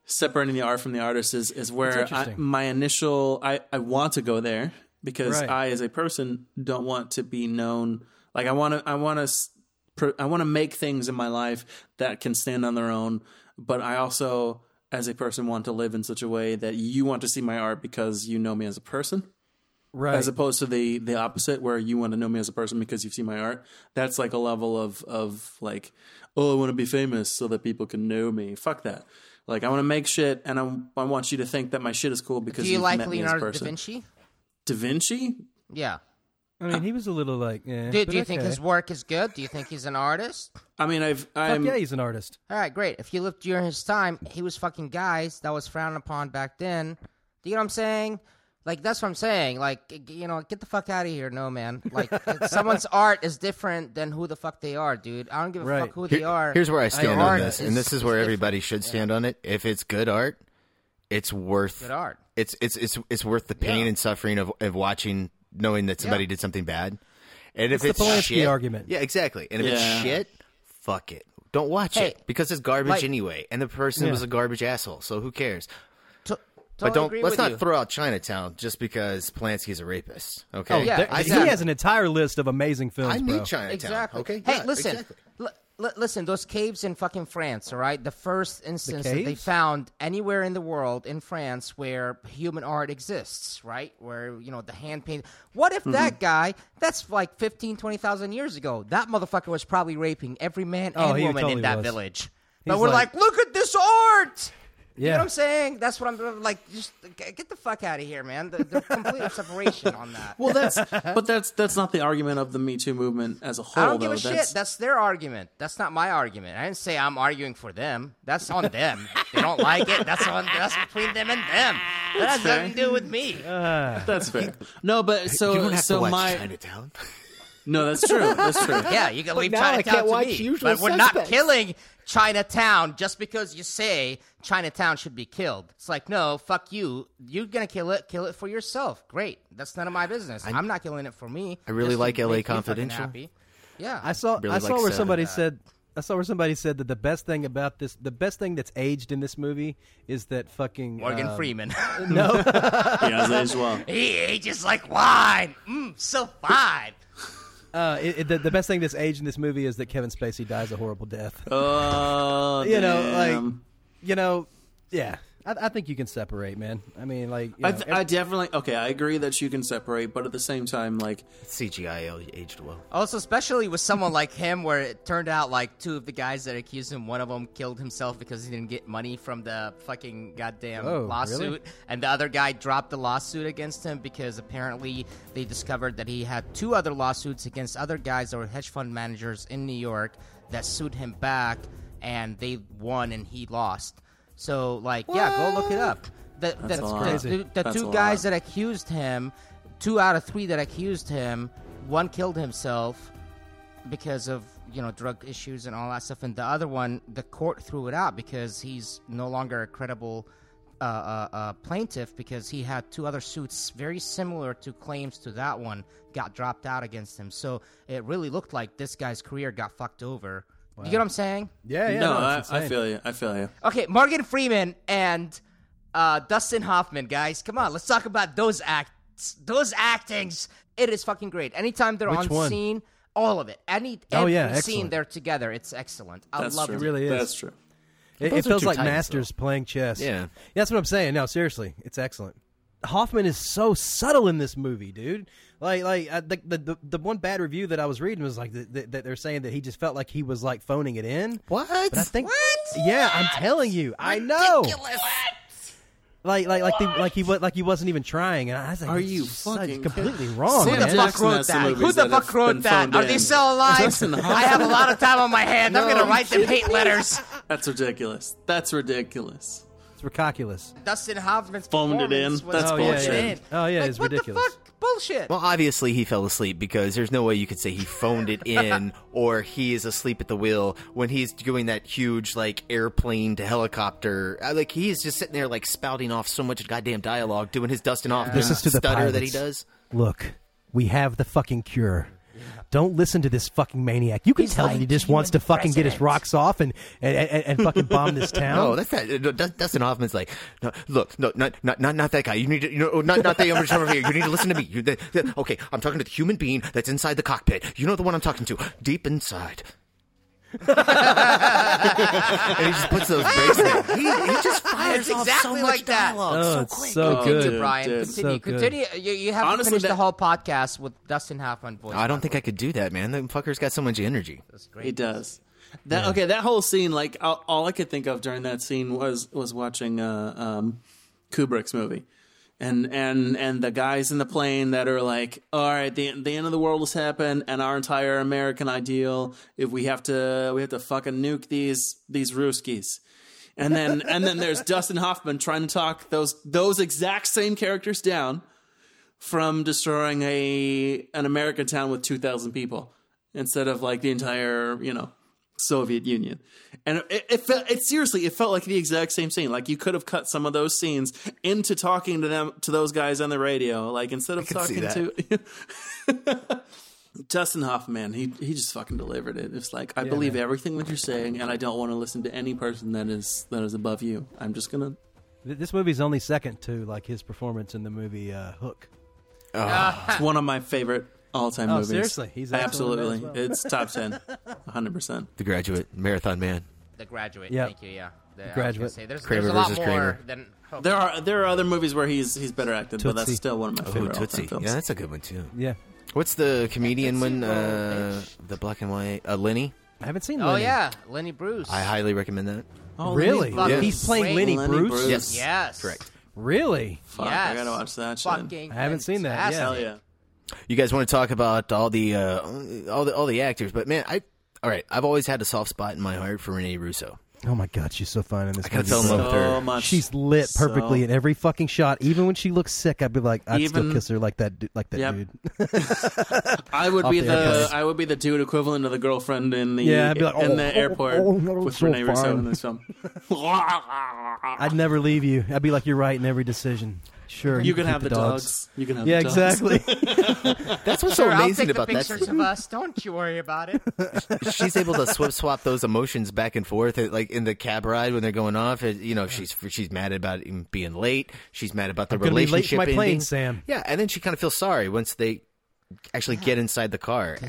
Separating the art from the artist is is where
That's
I,
interesting.
my initial I I want to go there because
Right.
I as a person don't want to be known. Like I want to I want to I want to make things in my life that can stand on their own, but I also as a person want to live in such a way that you want to see my art because you know me as a person.
Right.
as opposed to the the opposite where you want to know me as a person because you've seen my art that's like a level of of like oh i want to be famous so that people can know me fuck that like i want to make shit and I, I want you to think that my shit is cool because
Do you
have
like
met me
Leonardo
as a
da
person.
Vinci?
da vinci
Yeah.
I mean, he was a little like. Eh,
Do,
but
do you think
okay.
his work is good? Do you think he's an artist?
i mean i've
Fuck
i'm
yeah, he's an artist.
All right, great. If you look during his time, he was fucking guys that was frowned upon back then. Do you know what I'm saying? Like that's what I'm saying. Like g- you know, get the fuck out of here, no man. Like someone's art is different than who the fuck they are, dude. I don't give a
Right.
fuck who
Here-
they are.
Here's where I stand on
art
this, and this is where everybody should stand on it. If it's good art, it's worth
Good art.
It's it's it's it's worth the pain and suffering of of watching, knowing that somebody did something bad. And if
It's
it's
the Polanski
shit,
argument.
yeah, exactly. And if
Yeah.
it's shit, fuck it. Don't watch
Hey,
it because it's garbage
like-
anyway, and the person
Yeah.
was a garbage asshole. So who cares?
To-
but
totally
don't
agree
let's
with
not
you.
throw out Chinatown just because Polanski's a rapist. Okay,
Oh, there-
I
he
said-
has an entire list of amazing films.
I
bro.
need Chinatown.
Exactly.
Okay.
Hey,
Yeah,
listen.
exactly.
L- l- listen, those caves in fucking France, all right? The first instance that they
caves?
found anywhere in the world in France where human art exists, right? Where, you know, the hand paint. What if
Mm-hmm.
that guy, that's like 15, 20,000 years ago, that motherfucker was probably raping every man
Oh,
and
he
woman
totally
in that
was.
village. But
He's
we're like,
like-
look at this art! You know
Yeah.
what I'm saying? That's what I'm like. Just g- get the fuck out of here, man. The, the complete separation on that.
well that's but that's that's not the argument of the me too movement as a whole
I don't give
though
a
that's,
shit. That's their argument. That's not my argument. I didn't say I'm arguing for them. That's on them. they don't like it. That's on. That's between them and them. That has
fair. Uh-huh.
nothing to do with me.
that's fair no but so
you don't have
so
to watch
my
Chinatown.
No, that's true. That's true.
yeah, you can
But
leave
now I
Chinatown
can't
to
watch
me.
Usual
but we're not
Suspects.
killing Chinatown just because you say Chinatown should be killed. It's like, no, fuck you. You're gonna kill it. Kill it for yourself. Great. That's none of my business. I'm, not killing it for me.
I really
Just to
like LA
make you fucking
Confidential.
happy. Yeah,
I saw
Really
I saw
like
where
Seven.
somebody
Yeah.
said I saw where somebody said that the best thing about this the best thing that's aged in this movie is that fucking
Morgan
um,
Freeman.
No.
He ages like wine. Mm, so fine.
Uh, it, it- the, the best thing that's aged in this movie is that Kevin Spacey dies a horrible death.
Oh,
you know, like,
damn.
you know, yeah. I, I think you can separate, man. I mean, like, you
I,
know,
th- I definitely okay. I agree that you can separate, but at the same time, like
CGI aged well.
Also, Oh, especially with someone like him, where it turned out like two of the guys that accused him, one of them killed himself because he didn't get money from the fucking goddamn
Oh,
lawsuit,
really?
and the other guy dropped the lawsuit against him because apparently they discovered that he had two other lawsuits against other guys that were hedge fund managers in New York that sued him back, and they won and he lost. So, like, yeah, go look it up. The,
That's a
the-
lot.
the-
Crazy.
the
That's a
two
lot.
guys that accused him, two out of three that accused him, one killed himself because of you know drug issues and all that stuff, and the other one, the court threw it out because he's no longer a credible uh, uh, uh, plaintiff because he had two other suits very similar to claims to that one got dropped out against him. So it really looked like this guy's career got fucked over. You get what I'm saying?
no, I, I feel you. I feel you.
Okay, Morgan Freeman and uh, Dustin Hoffman, guys, come on, let's talk about those acts, those actings. It is fucking great. Anytime they're
Which
on
one?
scene, all of it. Any
Oh,
every
yeah,
scene
excellent.
they're together, it's excellent. I
That's
love
true.
It
it.
really is.
That's true.
It, it
Those are
feels
two
like
titans,
masters playing chess.
Yeah.
that's what I'm saying. No, seriously, it's excellent. Hoffman is so subtle in this movie, dude. Like, like uh, the, the the the one bad review that I was reading was like that that that they're saying that he just felt like he was like phoning it in.
What?
But I think. What? Yeah, I'm telling you, I know. Like, like, like, the, like he was, like he wasn't even trying, and I was like,
Are
it's
you
just, like,
fucking
completely
kidding?
wrong?
Sam
man.
Jackson has some movies
Who the fuck
have
wrote
been
that?
phoned
Are
in.
they still alive?
Dustin
I have a
Hoffman.
lot of time on my hands. I'm
No,
gonna write them hate letters.
That's ridiculous. That's ridiculous.
It's ridiculous.
Dustin Hoffman's
Phoned it in.
performance was
That's
phoned
bullshit.
it in.
Oh yeah,
Like,
it's
what the
ridiculous.
fuck? Bullshit.
Well, obviously he fell asleep because there's no way you could say he phoned it in or he is asleep at the wheel when he's doing that huge like airplane to helicopter. I- Like he's just sitting there like spouting off so much goddamn dialogue, doing his dusting off
This is to the
stutter that he
pilots.
does.
Look, we have the fucking cure. Don't listen to this fucking maniac. You can
He's
tell that
like
he just wants to fucking get his rocks off and and, and, and fucking bomb this town.
No, that's not. no, Dust- Dustin Hoffman's like, no, look, no, not, not, not, not that guy. You need to, you know, oh, not, not that over over here. You need to listen to me. You, the, the- okay, I'm talking to the human being that's inside the cockpit. You know the one I'm talking to, deep inside. and he just puts those brakes there. He, he just fires
It's
off so
exactly
much
like that.
dialogue
Oh,
so
it's
quick.
so
continue,
good,
Brian.
dude.
Continue.
So good.
continue. You, you haven't
Honestly,
finished
that-
the whole podcast with Dustin Hoffman voice.
I don't think I could do that, man. The fucker's got so much energy.
He does. That okay. That whole scene, like all, all I could think of during that scene was was watching uh, um, Kubrick's movie, and and and the guys in the plane that are like, all right, the the end of the world has happened, and our entire American ideal, if we have to, we have to fucking nuke these these Ruskies. And then and then there's Dustin Hoffman trying to talk those those exact same characters down from destroying a an American town with 2,000 people instead of like the entire, you know, Soviet Union. And it, it felt it seriously it felt like the exact same scene. Like you could have cut some of those scenes into talking to them to those guys on the radio like instead of
I can see
talking to Dustin Hoffman, he he just fucking delivered it. It's like I
Yeah,
believe
man.
everything that you're saying, and I don't want to listen to any person that is that is above you. I'm just gonna
Th- This movie's only second to like his performance in the movie uh, Hook.
it's one of my favorite all time
Oh,
movies.
seriously? He's excellent in that
absolutely
as well.
it's top ten, hundred percent.
The graduate, marathon man.
The Graduate.
Yep.
Thank you. Yeah. The, I was
Graduate.
gonna Say, there's,
Kramer
there's a lot
versus
more
Kramer.
than.
There are there are other movies where he's he's better acted, but that's
Tootsie.
still one of my
Oh,
favorite all-time
Tootsie.
films.
Yeah, that's a good one too.
Yeah.
What's the comedian when uh, the black and white uh, Lenny?
I haven't seen.
Oh yeah, Lenny Bruce.
I highly recommend that.
Oh,
Really?
Lenny Bruce.
He's playing Lenny,
Lenny
Bruce?
Bruce.
Yes.
Yes.
Correct.
Really?
Fuck,
yes.
I gotta watch that shit.
Fucking
I haven't seen that. Yeah.
Hell yeah.
You guys want to talk about all the uh, all the all the actors, but man, I all right. I've always had a soft spot in my heart for Rene Russo.
Oh my god, she's so fun in this.
I
movie,
gotta fell in
bro.
love with her. So much.
She's lit
So-
perfectly in every fucking shot. Even when she looks sick, I'd be like, I'd still
Even-
kiss her like that, du- like that
Yep.
dude.
I would
Off
be
the
the
airplane.
I would be the dude equivalent of the girlfriend in the
Yeah, I'd be like,
in
"Oh,
the
oh,
airport
oh, no,
with
it's so
Renee Russo
fun."
in this film.
I'd never leave you. I'd be like, you're right in every decision. Sure,
You can
keep
have the dogs. You can have
yeah,
the dogs.
exactly.
That's what's so
Sure, I'll
amazing
take
about
the
that.
pictures of us. Don't you worry about it.
she's able to swip swap those emotions back and forth, uh, like in the cab ride when they're going off. uh, You know, she's she's mad about him being late. She's mad about the
I'm gonna be late
relationship.
for my plane,
ending.
Sam.
Yeah, and then she kind of feels sorry once they actually get inside the car,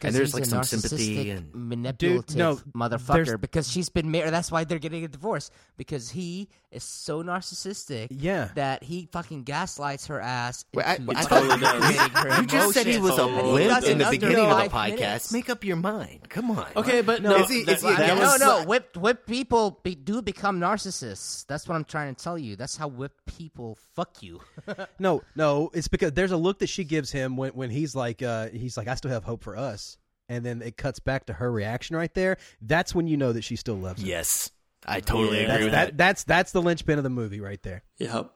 and there's like some sympathy and
manipulative
Dude, no, there's-
motherfucker because she's been married. That's why they're getting a divorce because he is so narcissistic.
Yeah.
that he fucking gaslights her ass.
Wait, I-
into
I
fucking
thought-
getting her
You just said he was a
emotions. And he
wimp
doesn't
in the
under
beginning of the
five
podcast.
minutes.
Make up your mind. Come on.
Okay, but
No,
no,
is he- is he a
Yeah,
was-
no, no, whipped whipped people be, do become narcissists. That's what I'm trying to tell you. That's how whipped people fuck you.
no, no, it's because there's a look that she gives him when when he's like, uh, he's like, I still have hope for us, and then it cuts back to her reaction right there. That's when you know that she still loves him.
Yes, I totally
That's-
agree with
that,
that.
That's that's the linchpin of the movie right there.
Yep.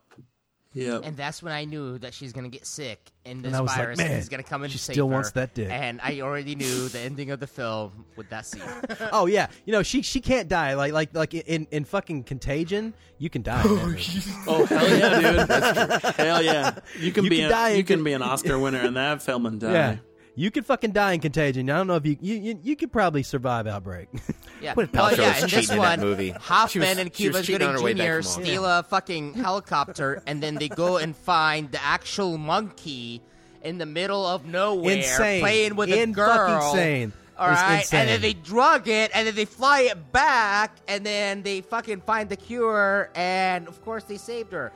Yep.
And that's when I knew that she's gonna get sick, and this
And I was like,
virus
"Man,
is gonna come and
she
save
still
her."
wants that dick.
And I already knew the ending of the film with that scene.
Uh,
oh yeah, you know she she can't die like like like in in fucking Contagion, you can die. in that movie.
Oh hell yeah, dude! That's true. Hell yeah! You can
You
be
can
a,
die
you
and
can
get-
be an Oscar winner in that film and die.
yeah, you could fucking die in Contagion. I don't know if you you you, you could probably survive outbreak.
Yeah.
What if
well,
Paltrow
yeah,
was
and
cheating
this
in that
one,
movie?
She
Hoffman
was-
and
she was
Cuba
cheating on her way
Gooding
back
Jr.
from
steal a fucking helicopter, and then they go and find the actual monkey in the middle of nowhere
Insane.
playing with
In fucking
a girl.
sane.
All
It's
right, and
insane.
then they drug it, and then they fly it back, and then they fucking find the cure, and of course they saved her.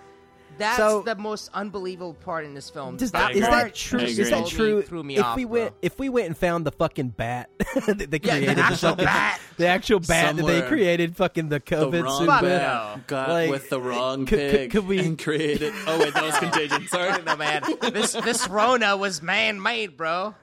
That's
So-
the most unbelievable part in this film.
Does-
that
is
part
that true?
just
Is that
sold me-
true?
threw me
if
off.
we
bro.
went, if we went and found the fucking bat that they
Yeah, the
created, or
actual
something-
bat.
the actual bat that they
Somewhere.
created, fucking the COVID
The wrong
suit
bat
with,
got
like,
with the wrong
could- could-
pig
could we-
and created. Oh wait, that was contagion. Sorry,
no man. this this Rona was man made, bro.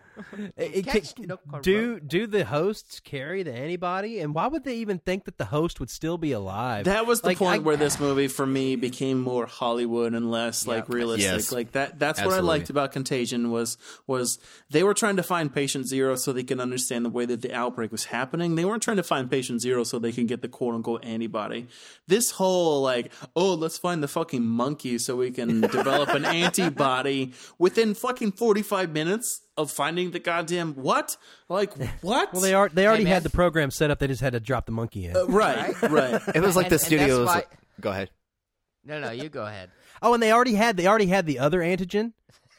It-
Catch
c-
no corona.
do do the hosts carry the antibody? And why would they even think that the host would still be alive?
That was the
Like,
point
I-
where this movie for me became more Hollywood and less like realistic.
Yes.
Like that that's what
Absolutely.
I liked about Contagion was was they were trying to find patient zero so they could understand the way that the outbreak was happening. They weren't trying to find patient zero so they can get the quote unquote antibody. This whole like, oh, let's find the fucking monkey so we can develop an antibody within fucking 45 minutes of finding the goddamn what? Like what?
Well, they are they already
Hey, man.
had the program set up. They just had to drop the monkey in.
Uh, right, right.
It was like
And- and
the
that's
studio was
why-
like, go ahead.
No, no, you go ahead.
Oh, and they already had they already had the other antigen,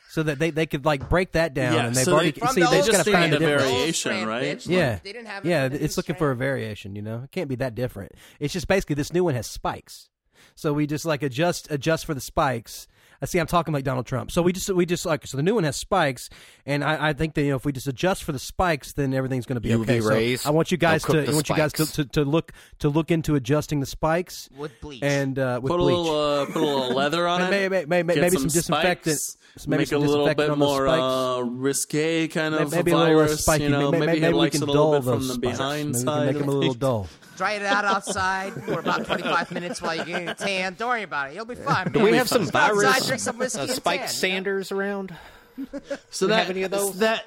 so that they, they could like break that down.
Yeah,
and they've
so
already
they- From
see
the
they
old
just gotta find
strand
a
of
different.
variation, Old strand, right? bitch. Like,
Yeah,
they didn't have it
yeah.
with the
It's
new
looking for a variation. You know, it can't be that different. It's just basically this new one has spikes, so we just like adjust adjust for the spikes. I see. I'm talking like Donald Trump. So we just we just like so the new one has spikes, and I, I think that you know if we just adjust for the spikes, then everything's going to be
UV
okay. So
rays,
I want you guys
they'll
to
cook
I
the
want you guys to,
spikes.
to, to look to look into adjusting the spikes
With bleach.
and uh, with
put a
bleach.
little uh, put a little leather on it.
May- may- may- may-
get
maybe some disinfectant-
spikes,
maybe
make
some
it a little
disinfectant
bit
on those
more
spikes.
uh, risque kind
May-
of
maybe a little
virus.
spiky.
You know,
May- may-
maybe,
maybe
it
we
likes
can
it a little
dull
bit from
those
the
spikes.
behind
Maybe we can
side.
make them a little dull.
Dry it out outside for about 25 minutes while you're getting a tan. Don't worry about it. You'll be fine.
Do
man.
we have some
Just go outside,
virus
drink some whiskey
uh,
and
Spike
tan.
Sanders around?
So
Do we
that,
have any of those?
That,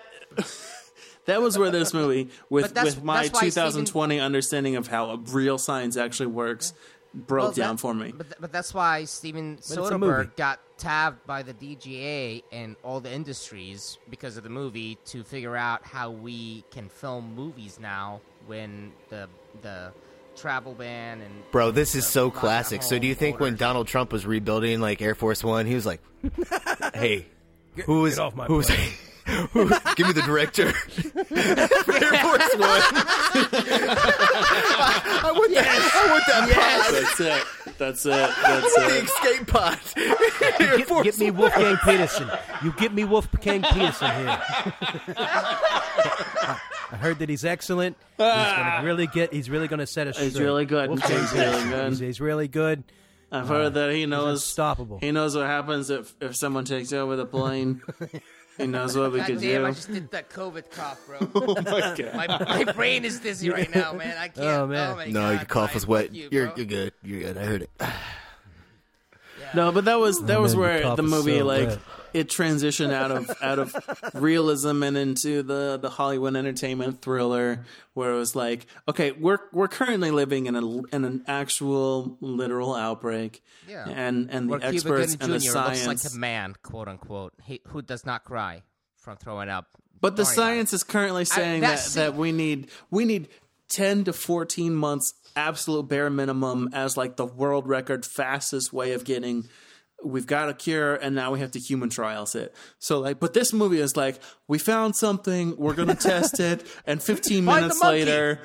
that was where this movie, with
But that's-
with my
that's why it's
2020 understanding of how real science actually works, broke
Well, that-
down for me.
But, th- but that's why Steven
it's a movie.
Soderbergh got tabbed by the DGA and all the industries because of the movie to figure out how we can film movies now when the the travel ban and
Bro, this is so
Lock the
classic. So, do you think when Donald Trump was rebuilding like Air Force One, he was like, "Hey, who is
off my
who is who, give me the director for Air Force One? I want that. I want that pod.
That's it. That's it.
I
That's
want the
it.
escape pod. Air
Get,
Force
get me Wolfgang Peterson. You get me Wolfgang Peterson here. I heard that he's excellent. He's gonna really get. He's really gonna set us.
Ah. He's
straight.
really good.
Wolfgang
He's really
Peterson.
good.
He's, he's really good.
I've heard that he knows
unstoppable.
He knows what happens if if someone takes over the plane. He knows what we
God
could
damn,
do.
I just did that COVID cough, bro.
Oh my God.
My, my brain is dizzy right now, man. I can't.
Oh, man.
my
no,
God,
your cough
Brian,
was wet.
fuck you,
You, are
bro.
you're good. You're good. I heard it.
No, but that was that
Oh,
was
man,
where
the
the,
cop is
movie
so
like
bad.
it transitioned out of out of realism and into the the Hollywood entertainment thriller where it was like, okay, we're we're currently living in a in an actual literal outbreak.
Yeah.
And and the
Where Cuba
experts
Gooding
and the
Jr.
science
looks like a man, quote unquote, he, who does not cry from throwing up.
But the
Sorry,
science is currently saying
that-
that,
see-
that we need we need ten to fourteen months absolute bare minimum as like the world record fastest way of getting we've got a cure and now we have to human trials it. So like but this movie is like we found something, we're gonna test it, and fifteen
Find the
minutes
monkey.
later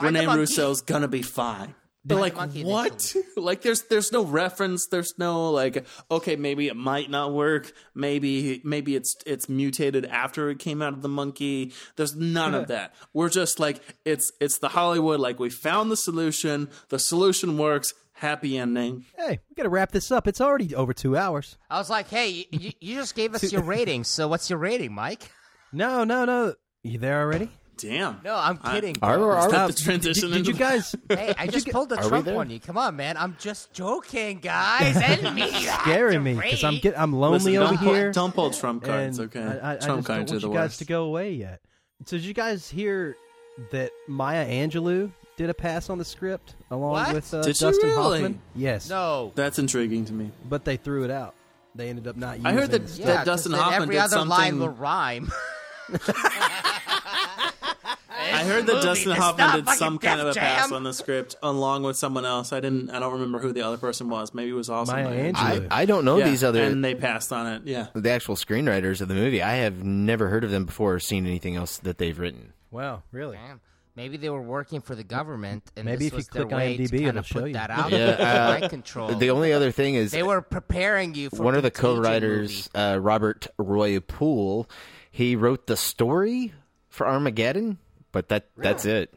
Find the
Rene
monkey.
Russo's gonna be fine. But
Find
like
the monkey
what? like there's there's no reference. There's no like okay maybe it might not work. Maybe maybe it's it's mutated after it came out of the monkey. There's none of that. We're just like it's it's the Hollywood like we found the solution. The solution works. Happy ending.
Hey, we got to wrap this up. It's already over two hours.
I was like, hey, you- you, you just gave us your rating, so what's your rating, Mike?
No, no, no. You there already?
Damn.
No, I'm kidding.
Are-
bro.
are- are-
Stop
uh,
the transition
Did, did
into-
you guys?
Hey, I
did
just
you,
pulled the
Are we
Trump
there?
on you. Come on, man. I'm just joking, guys. And me.
scaring me because I'm get, I'm lonely
Listen,
over
don't pull-
here.
don't pull Trump cards,
And
okay?
I, I, I
Trump
just don't
cards
want
are
you
the
guys
worst.
to go away yet. So did you guys hear that Maya Angelou did a pass on the script along
What?
with uh,
Did she
Dustin
really?
Hoffman? Yes.
No.
That's intriguing to me.
But they threw it out. They ended up not. Using
I heard that-
it.
that Yeah, 'cause Dustin then Hoffman
Every
did
other line
something-
will rhyme.
I heard that
Movie,
Dustin
it's
Hoffman
not
did
fucking
some kind
Def
of a pass
Jam.
on the script along with someone else. I didn't. I don't remember who the other person was. Maybe it was also
Maya
Maya.
Angelou. I- I don't know
Yeah,
these other-
and they passed on it. Yeah,
The actual screenwriters of the movie, I have never heard of them before or seen anything else that they've written.
Wow, really?
Maybe they were working for the government, and
Maybe
this
if you
was their
click
way to
IMDb,
kinda
it'll show
put
you.
that out.
Yeah, uh,
mind control.
The only other thing is
they were preparing you for
one of the
Contagion
co-writers, uh, Robert Roy Poole, he wrote the story for Armageddon, but that that's it.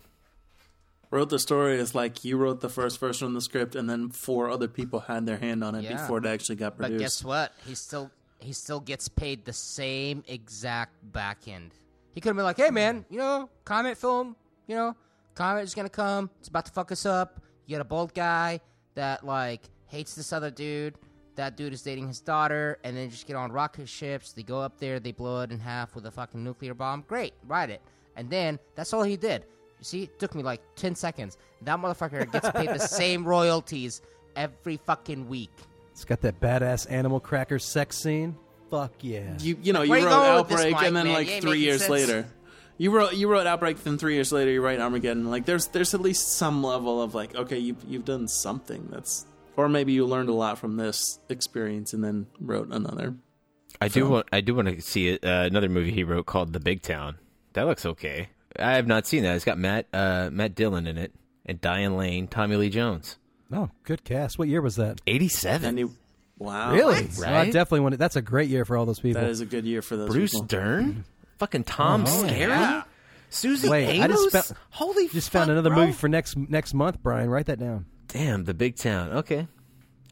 wrote the story is like you wrote the first version of the script, and then four other people had their hand on it
Yeah.
before it actually got produced.
But guess what? He still he still gets paid the same exact back end. He could have been like, "Hey man, you know, Comet film, you know, Comet is gonna come. It's about to fuck us up. You got a bald guy that like hates this other dude. That dude is dating his daughter, and then just get on rocket ships. They go up there, they blow it in half with a fucking nuclear bomb. Great, ride it. And then that's all he did. You see, it took me like ten seconds. That motherfucker gets paid the same royalties every fucking week.
It's got that badass animal cracker sex scene. Fuck yeah.
You you know
Like,
you
where
wrote
you going with this,
Outbreak,
Mike,
and then
man?
like
You ain't
three
making
years
sense.
later, you wrote you wrote Outbreak. Then three years later, you write Armageddon. Like there's there's at least some level of like okay, you've you've done something that's. Or maybe you learned a lot from this experience and then wrote another.
I do
Film.
want I do want to see it, uh, another movie he wrote called The Big Town. That looks okay. I have not seen that. It's got Matt uh, Matt Dillon in it and Diane Lane, Tommy Lee Jones.
Oh, good cast. What year was that?
Eighty-seven.
wow,
Really? Well, I
Right?
definitely want it. That's a great year for all those people.
That is a good year for those.
Bruce
people.
Dern, Mm-hmm. fucking Tom
Oh,
Skerritt,
yeah.
Susie
Wait, I
Amos.
just found,
Holy
just
fuck,
found another
bro.
movie for next next month, Brian. Write that down.
Damn, The Big Town. Okay,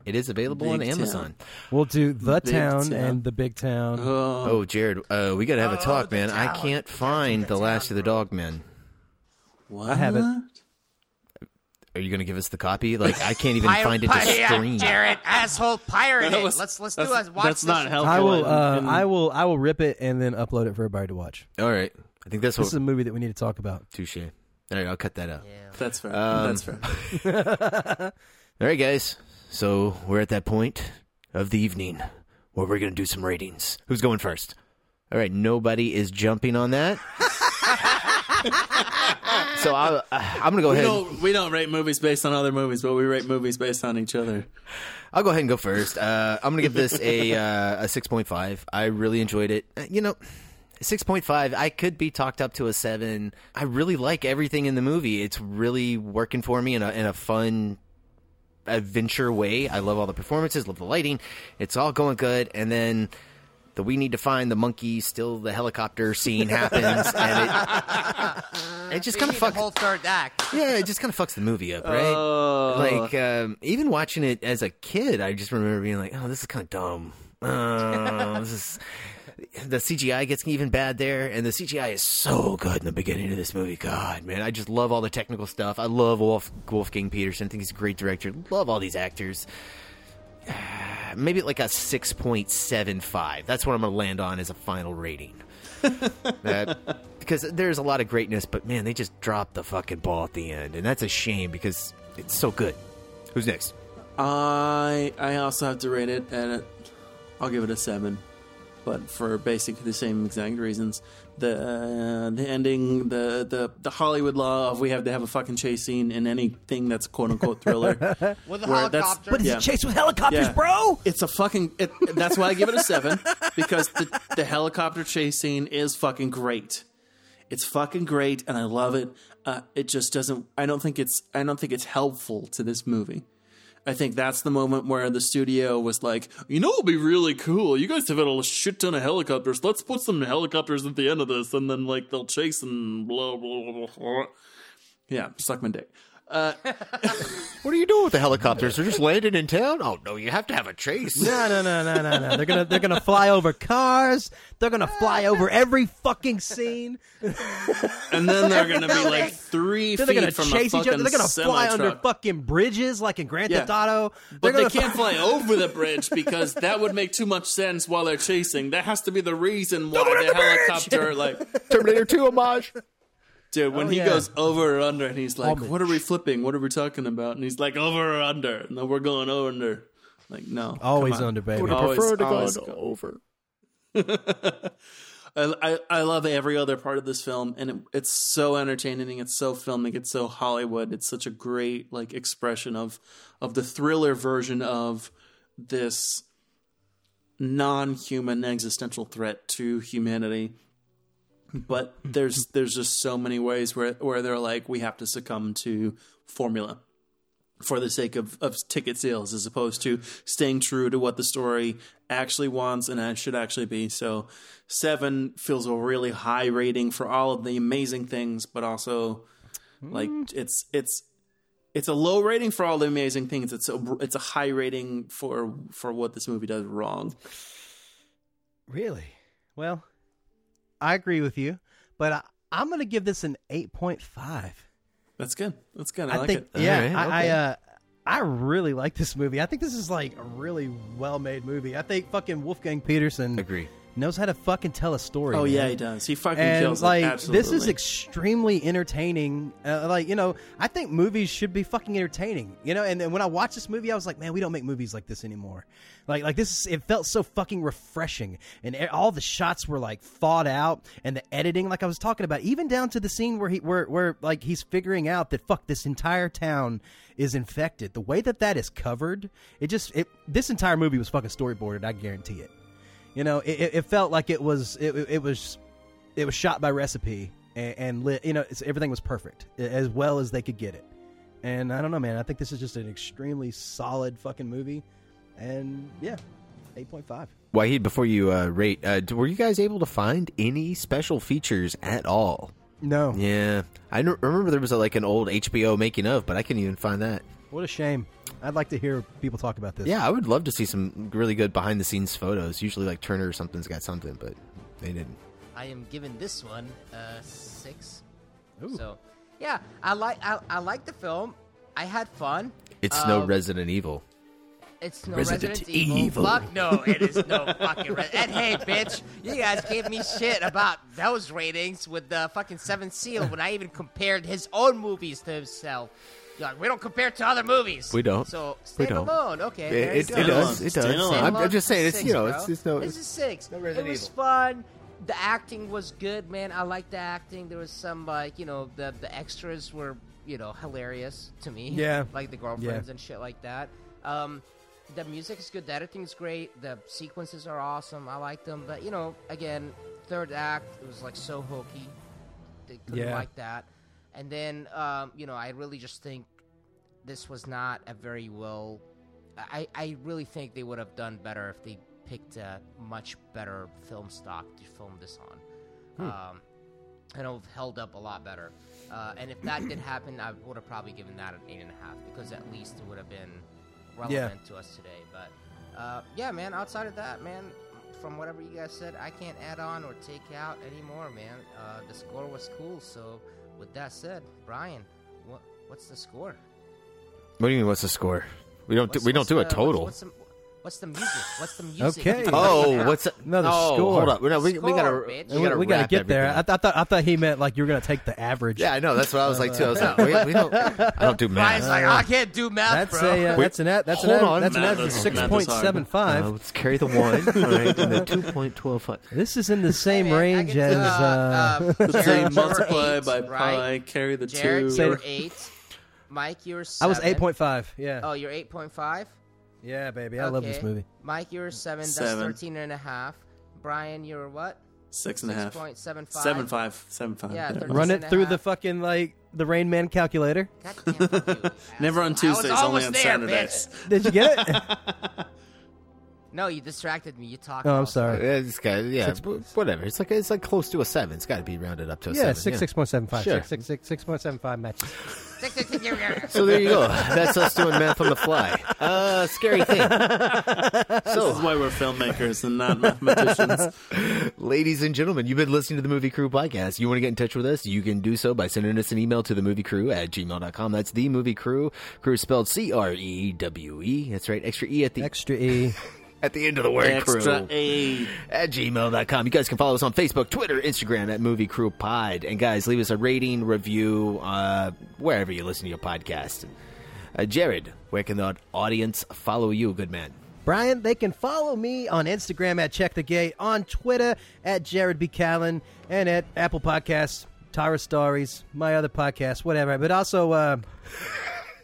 it is available on
Big
Amazon.
We'll do the
Big
town,
Town.
and the big town.
Oh, Jared, uh, we got to have a talk, man. I can't find the last of the Dogmen.
What?
I have it.
Are you going to give us the copy? Like, I can't even
Pirate-
find it to
pirate,
stream.
Jared, asshole pirate.
That
it.
was-
let's let's do
that's-
a watch.
that's
this.
not helpful.
I will.
in-
Uh,
in-
I will. I will rip it and then upload it for everybody to watch.
All right, I think that's
this
what.
is a movie that we need to talk about.
Touche. All right, I'll cut that out.
That's fair.
Um,
That's fair.
All right, guys. So we're at that point of the evening where we're going to do some ratings. Who's going first? All right, nobody is jumping on that. so I, I'm going to go
we
ahead.
Don't, we don't rate movies based on other movies, but we rate movies based on each other.
I'll go ahead and go first. Uh, I'm going to give this a uh, a 6.5. I really enjoyed it. Uh, You know, 6.5. I could be talked up to a seven. I really like everything in the movie. It's really working for me in a in a fun adventure way. I love all the performances, love the lighting. It's all going good, and then. The we need to find the monkey. Still, the helicopter scene happens, and it, it just
We
kinda
need
fucks-
the whole third act.
yeah, it just kind of fucks the movie up, right?
Oh.
Like um, even watching it as a kid, I just remember being like, "Oh, this is kind of dumb. Uh, this is the CGI gets even bad there, and the CGI is so good in the beginning of this movie. God, man, I just love all the technical stuff. I love Wolf Wolfgang Peterson. I think he's a great director. Love all these actors. Maybe like a six point seven five. That's what I'm gonna land on as a final rating. that because there's a lot of greatness, but man, they just dropped the fucking ball at the end, and that's a shame because it's so good. Who's next?
I I also have to rate it, and it, I'll give it a seven, but for basically the same exact reasons. The uh, the ending, the, the the Hollywood law of we have to have a fucking chase scene in anything that's quote unquote thriller.
With
where
a
that's-
helicopter.
But it's a yeah. chase
with helicopters,
Yeah. bro. It's a fucking. It, that's why I give it a seven because the, the helicopter chase scene is fucking great. It's fucking great, and I love it. Uh, it just doesn't. I don't think it's. I don't think it's helpful to this movie. I think that's the moment where the studio was like, you know, it'd be really cool. You guys have had a shit ton of helicopters. Let's put some helicopters at the end of this, and then like they'll chase and blah blah blah. blah. Yeah, suck my dick. Uh,
What are you doing with the helicopters? They're just landing in town. Oh no, you have to have a chase.
No, no, no, no, no, no. They're gonna they're gonna fly over cars. They're gonna fly over every fucking scene.
and then they're gonna be like three
Then
feet
they're gonna
from
chase
a
each
fucking
other. They're gonna fly
semi-truck.
under fucking bridges like in Grand
Yeah.
Theft Auto. They're
But they
gonna
can't fly over the bridge because that would make too much sense while they're chasing. That has to be the reason why
Don't go
the,
to the bridge!
helicopter, like
Terminator Two homage.
dude, when
Oh,
he
yeah.
goes over or under, and he's like,
Homage.
"What are we flipping? What are we talking about?" And he's like, "Over or under?" No, we're going under. Like, no,
Oh,
Always
come on.
under, baby.
Would
Always-
prefer to
always
go
go-
over.
I, I I love every other part of this film, and it, it's so entertaining. It's so filmic. It's so Hollywood. It's such a great like expression of of the thriller version of this non-human existential threat to humanity. But there's there's just so many ways where where they're like we have to succumb to formula for the sake of, of ticket sales as opposed to staying true to what the story actually wants and it should actually be. So seven feels a really high rating for all of the amazing things, but also like
Hmm.
it's it's it's a low rating for all the amazing things. It's a it's a high rating for for what this movie does wrong.
Really? Well, I agree with you, but I, I'm gonna give this an eight point five.
That's good. That's good. I, like
think
it.
yeah, I, I uh I really like this movie. I think this is like a really well made movie. I think fucking Wolfgang Peterson
agree
knows how to fucking tell a story.
Oh,
man.
yeah, he does. He fucking
and,
kills it.
like this is
Absolutely.
extremely entertaining. Uh, like you know, I think movies should be fucking entertaining. You know, and, and when I watched this movie, I was like, man, we don't make movies like this anymore. Like like this, is, it felt so fucking refreshing, and e- all the shots were like thought out, and the editing, like I was talking about, even down to the scene where he where where like he's figuring out that fuck this entire town is infected. The way that that is covered, it just it this entire movie was fucking storyboarded. I guarantee it. You know, it, it- it felt like it was it, it was it was shot by recipe and, and lit. You know, it's, everything was perfect a- as well as they could get it. And I don't know, man. I think this is just an extremely solid fucking movie. And yeah, eight point five.
Wahid, before you uh, rate, uh, d- were you guys able to find any special features at all?
No.
Yeah, I kn- remember there was a, like an old HBO making of, but I couldn't even find that.
What a shame. I'd like to hear people talk about this.
Yeah, I would love to see some really good behind the scenes photos. Usually, like Turner or something's got something, but they didn't.
I am giving this one a six. So, yeah, I like I, I like the film. I had fun.
It's no
Um,
Resident Evil.
It's no
Resident
Resident, Evil.
Evil.
Fuck no, it is no fucking Resident. And hey, bitch, you guys gave me shit about those ratings with the fucking Seventh Seal when I even compared his own movies to himself. You're like, we don't compare to other movies.
We don't.
So
We
stand
don't.
alone. Okay.
It-
there you
it- it
go.
does, it does.
Standalone.
I'm- I'm just saying, it's,
Six,
you know,
bro.
it's- it's no-
It's a six.
no Resident
it was
Evil.
fun. The acting was good, man. I liked the acting. There was some like you know the the extras were you know hilarious to me.
Yeah.
Like the girlfriends
Yeah.
and and shit like that. Um, the music is good. The editing's great. The sequences are awesome. I like them. But you know, again, third act it was like so hokey. They couldn't
Yeah.
like that. And then um, you know, I really just think this was not a very well. I I really think they would have done better if they picked a much better film stock to film this on.
Hmm.
Um, and it would have held up a lot better. Uh, and if that did happen, I would have probably given that an eight and a half because at least it would have been relevant to us today. But uh, yeah, man, outside of that, man, from whatever you guys said, I can't add on or take out anymore, man. Uh, the score was cool. So, with that said, Brian, what what's the score?
What do you mean? What's the score? We don't.
What's-
do, we don't
what's
do a
the-
total.
What's, what's the, what's the music? What's the music?
oh, what's the,
Another
oh,
score.
Hold on. No, we, we gotta.
Score, bitch.
We gotta,
we gotta
wrap
get there.
everything.
I, th- I thought I thought he meant like you were gonna take the average.
Yeah, I know. That's what I was like too. I was like, we, we don't. I don't do math.
Brian's like, I can't do math,
That's
bro.
a uh,
Wait,
that's an ad, that's an
hold
ad,
on.
that's an
Math
average
is-
six
math is
point seven
Uh,
five.
let's carry the one, all right, and the two point twelve five.
This is in the same range as uh,
The
Jared,
same
you were
multiply
eight,
by pi,
right?
carry the
Jared,
two.
you were eight. Mike, you were.
I was
seven.
8.5, yeah.
Oh, you're eight point five.
Yeah, baby, I love this movie.
Mike, you were seven. That's
Seven.
thirteen and a half. Brian, you were what?
Six and a half.
Six point seven five.
Seven five. Seven five.
Yeah,
There.
thirteen
Run
and
it
a
through
half.
the fucking like the Rain Man calculator.
Never on Tuesdays, only
almost
on
there,
Saturdays.
Did you get it?
No, you distracted me. You talked.
Oh, I'm sorry.
Yeah, It's got, yeah,
Six-
w- whatever. It's like it's like close to a seven. It's got to be rounded up to a
yeah,
seven.
six six point seven five.
Sure.
Six six six six point seven five matches.
So there you go. That's us doing math on the fly. Uh, scary thing. So-
this is why we're filmmakers and not mathematicians.
Ladies and gentlemen, you've been listening to the Movie Crew podcast. You want to get in touch with us? You can do so by sending us an email to the movie crew at gmail.com. That's the movie crew. Crew is spelled C R E W E. That's right. Extra E at the
extra E
at the end of the word
Extra
crew.
A.
At gmail.com. You guys can follow us on Facebook, Twitter, Instagram at Movie Crew Pod. And guys, leave us a rating, review, uh, wherever you listen to your podcast. Uh, Jared, where can the audience follow you, good man?
Brian, they can follow me on Instagram at Check the Gate, on Twitter at Jared B. Callen, and at Apple Podcasts, Tara Stories, my other podcast, whatever. But also, uh,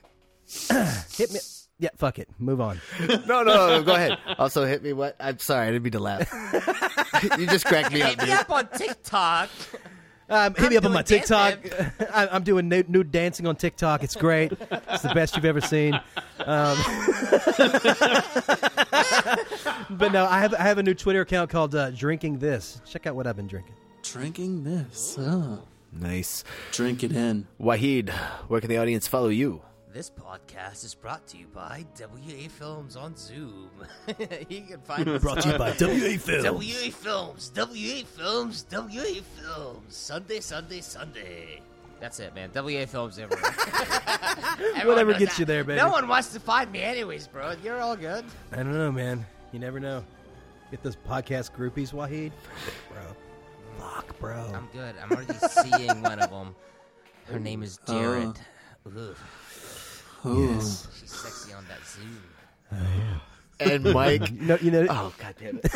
hit me. Yeah, fuck it. Move on.
no, no, no, go ahead. Also, hit me. What? I'm sorry, I didn't mean to laugh. you just cracked me up,
Hit me
dude.
up on TikTok.
Um, hit me up on
doing
my
dance
TikTok. I, I'm doing nude, nude dancing on TikTok. It's great. It's the best you've ever seen. Um, but no, I have I have a new Twitter account called uh, Drinking This. Check out what I've been drinking.
Drinking this. Oh.
Nice.
Drink it in.
Wahid, where can the audience follow you?
This podcast is brought to you by WA Films on Zoom. you can find us
Brought to you
on
by WA Films.
WA Films. WA Films. WA Films. Sunday, Sunday, Sunday. That's it, man. WA Films everywhere. Everyone
Whatever
knows
gets
that.
you there, baby.
No one wants to find me, anyways, bro. You're all good.
I don't know, man. You never know. Get those podcast groupies, Wahid. Bro. Fuck, bro.
I'm good. I'm already seeing one of them. Her name is
Uh,
Oh.
Jared. Ugh.
Ooh. Yes.
She's sexy on that Zoom.
And Mike.
No, you know.
Oh god damn it.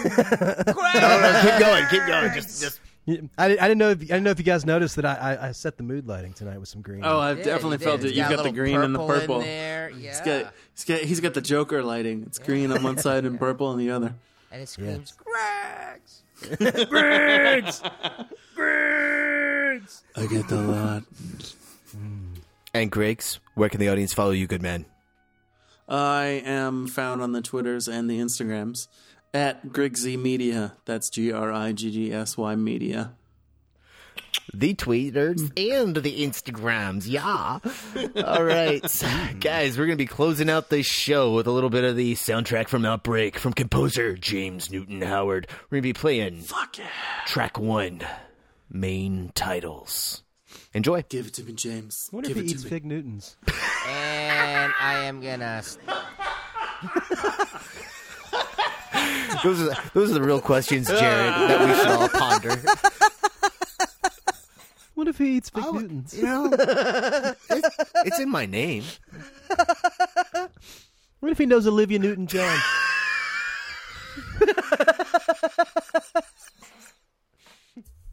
No, no, keep going, keep going. Just, just.
You- I, di- I didn't know. If, I didn't know if you guys noticed that I, I, I set the mood lighting tonight with some green.
Oh, I've
did,
definitely
you did.
felt it.
He's
You've
got
got
a
the
little
green and the
purple in
purple.
there,
He's
yeah.
got, he's got he's got the Joker lighting. It's green on one side and purple on the other.
And it screams, Greggs!
Greggs!
Greggs!
I get the lot.
And Greg's, where can the audience follow you, good man?
I am found on the Twitters and the Instagrams at Grigsy Media. That's G R I G G S Y Media.
The tweeters and the Instagrams, yeah. All right, guys, we're gonna be closing out the show with a little bit of the soundtrack from Outbreak from composer James Newton Howard. We're gonna be playing
Fuck yeah.
track one, main titles. Enjoy.
Give it to me, James.
I wonder
Give
if
it
he
to
eats
me.
fig Newtons.
and I am gonna.
Those are those are the real questions, Jared, that we should all ponder.
What if he eats fig Newtons?
You know, it's, it's in my name.
What if he knows Olivia Newton John?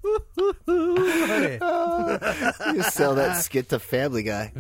You sell that skit to Family Guy.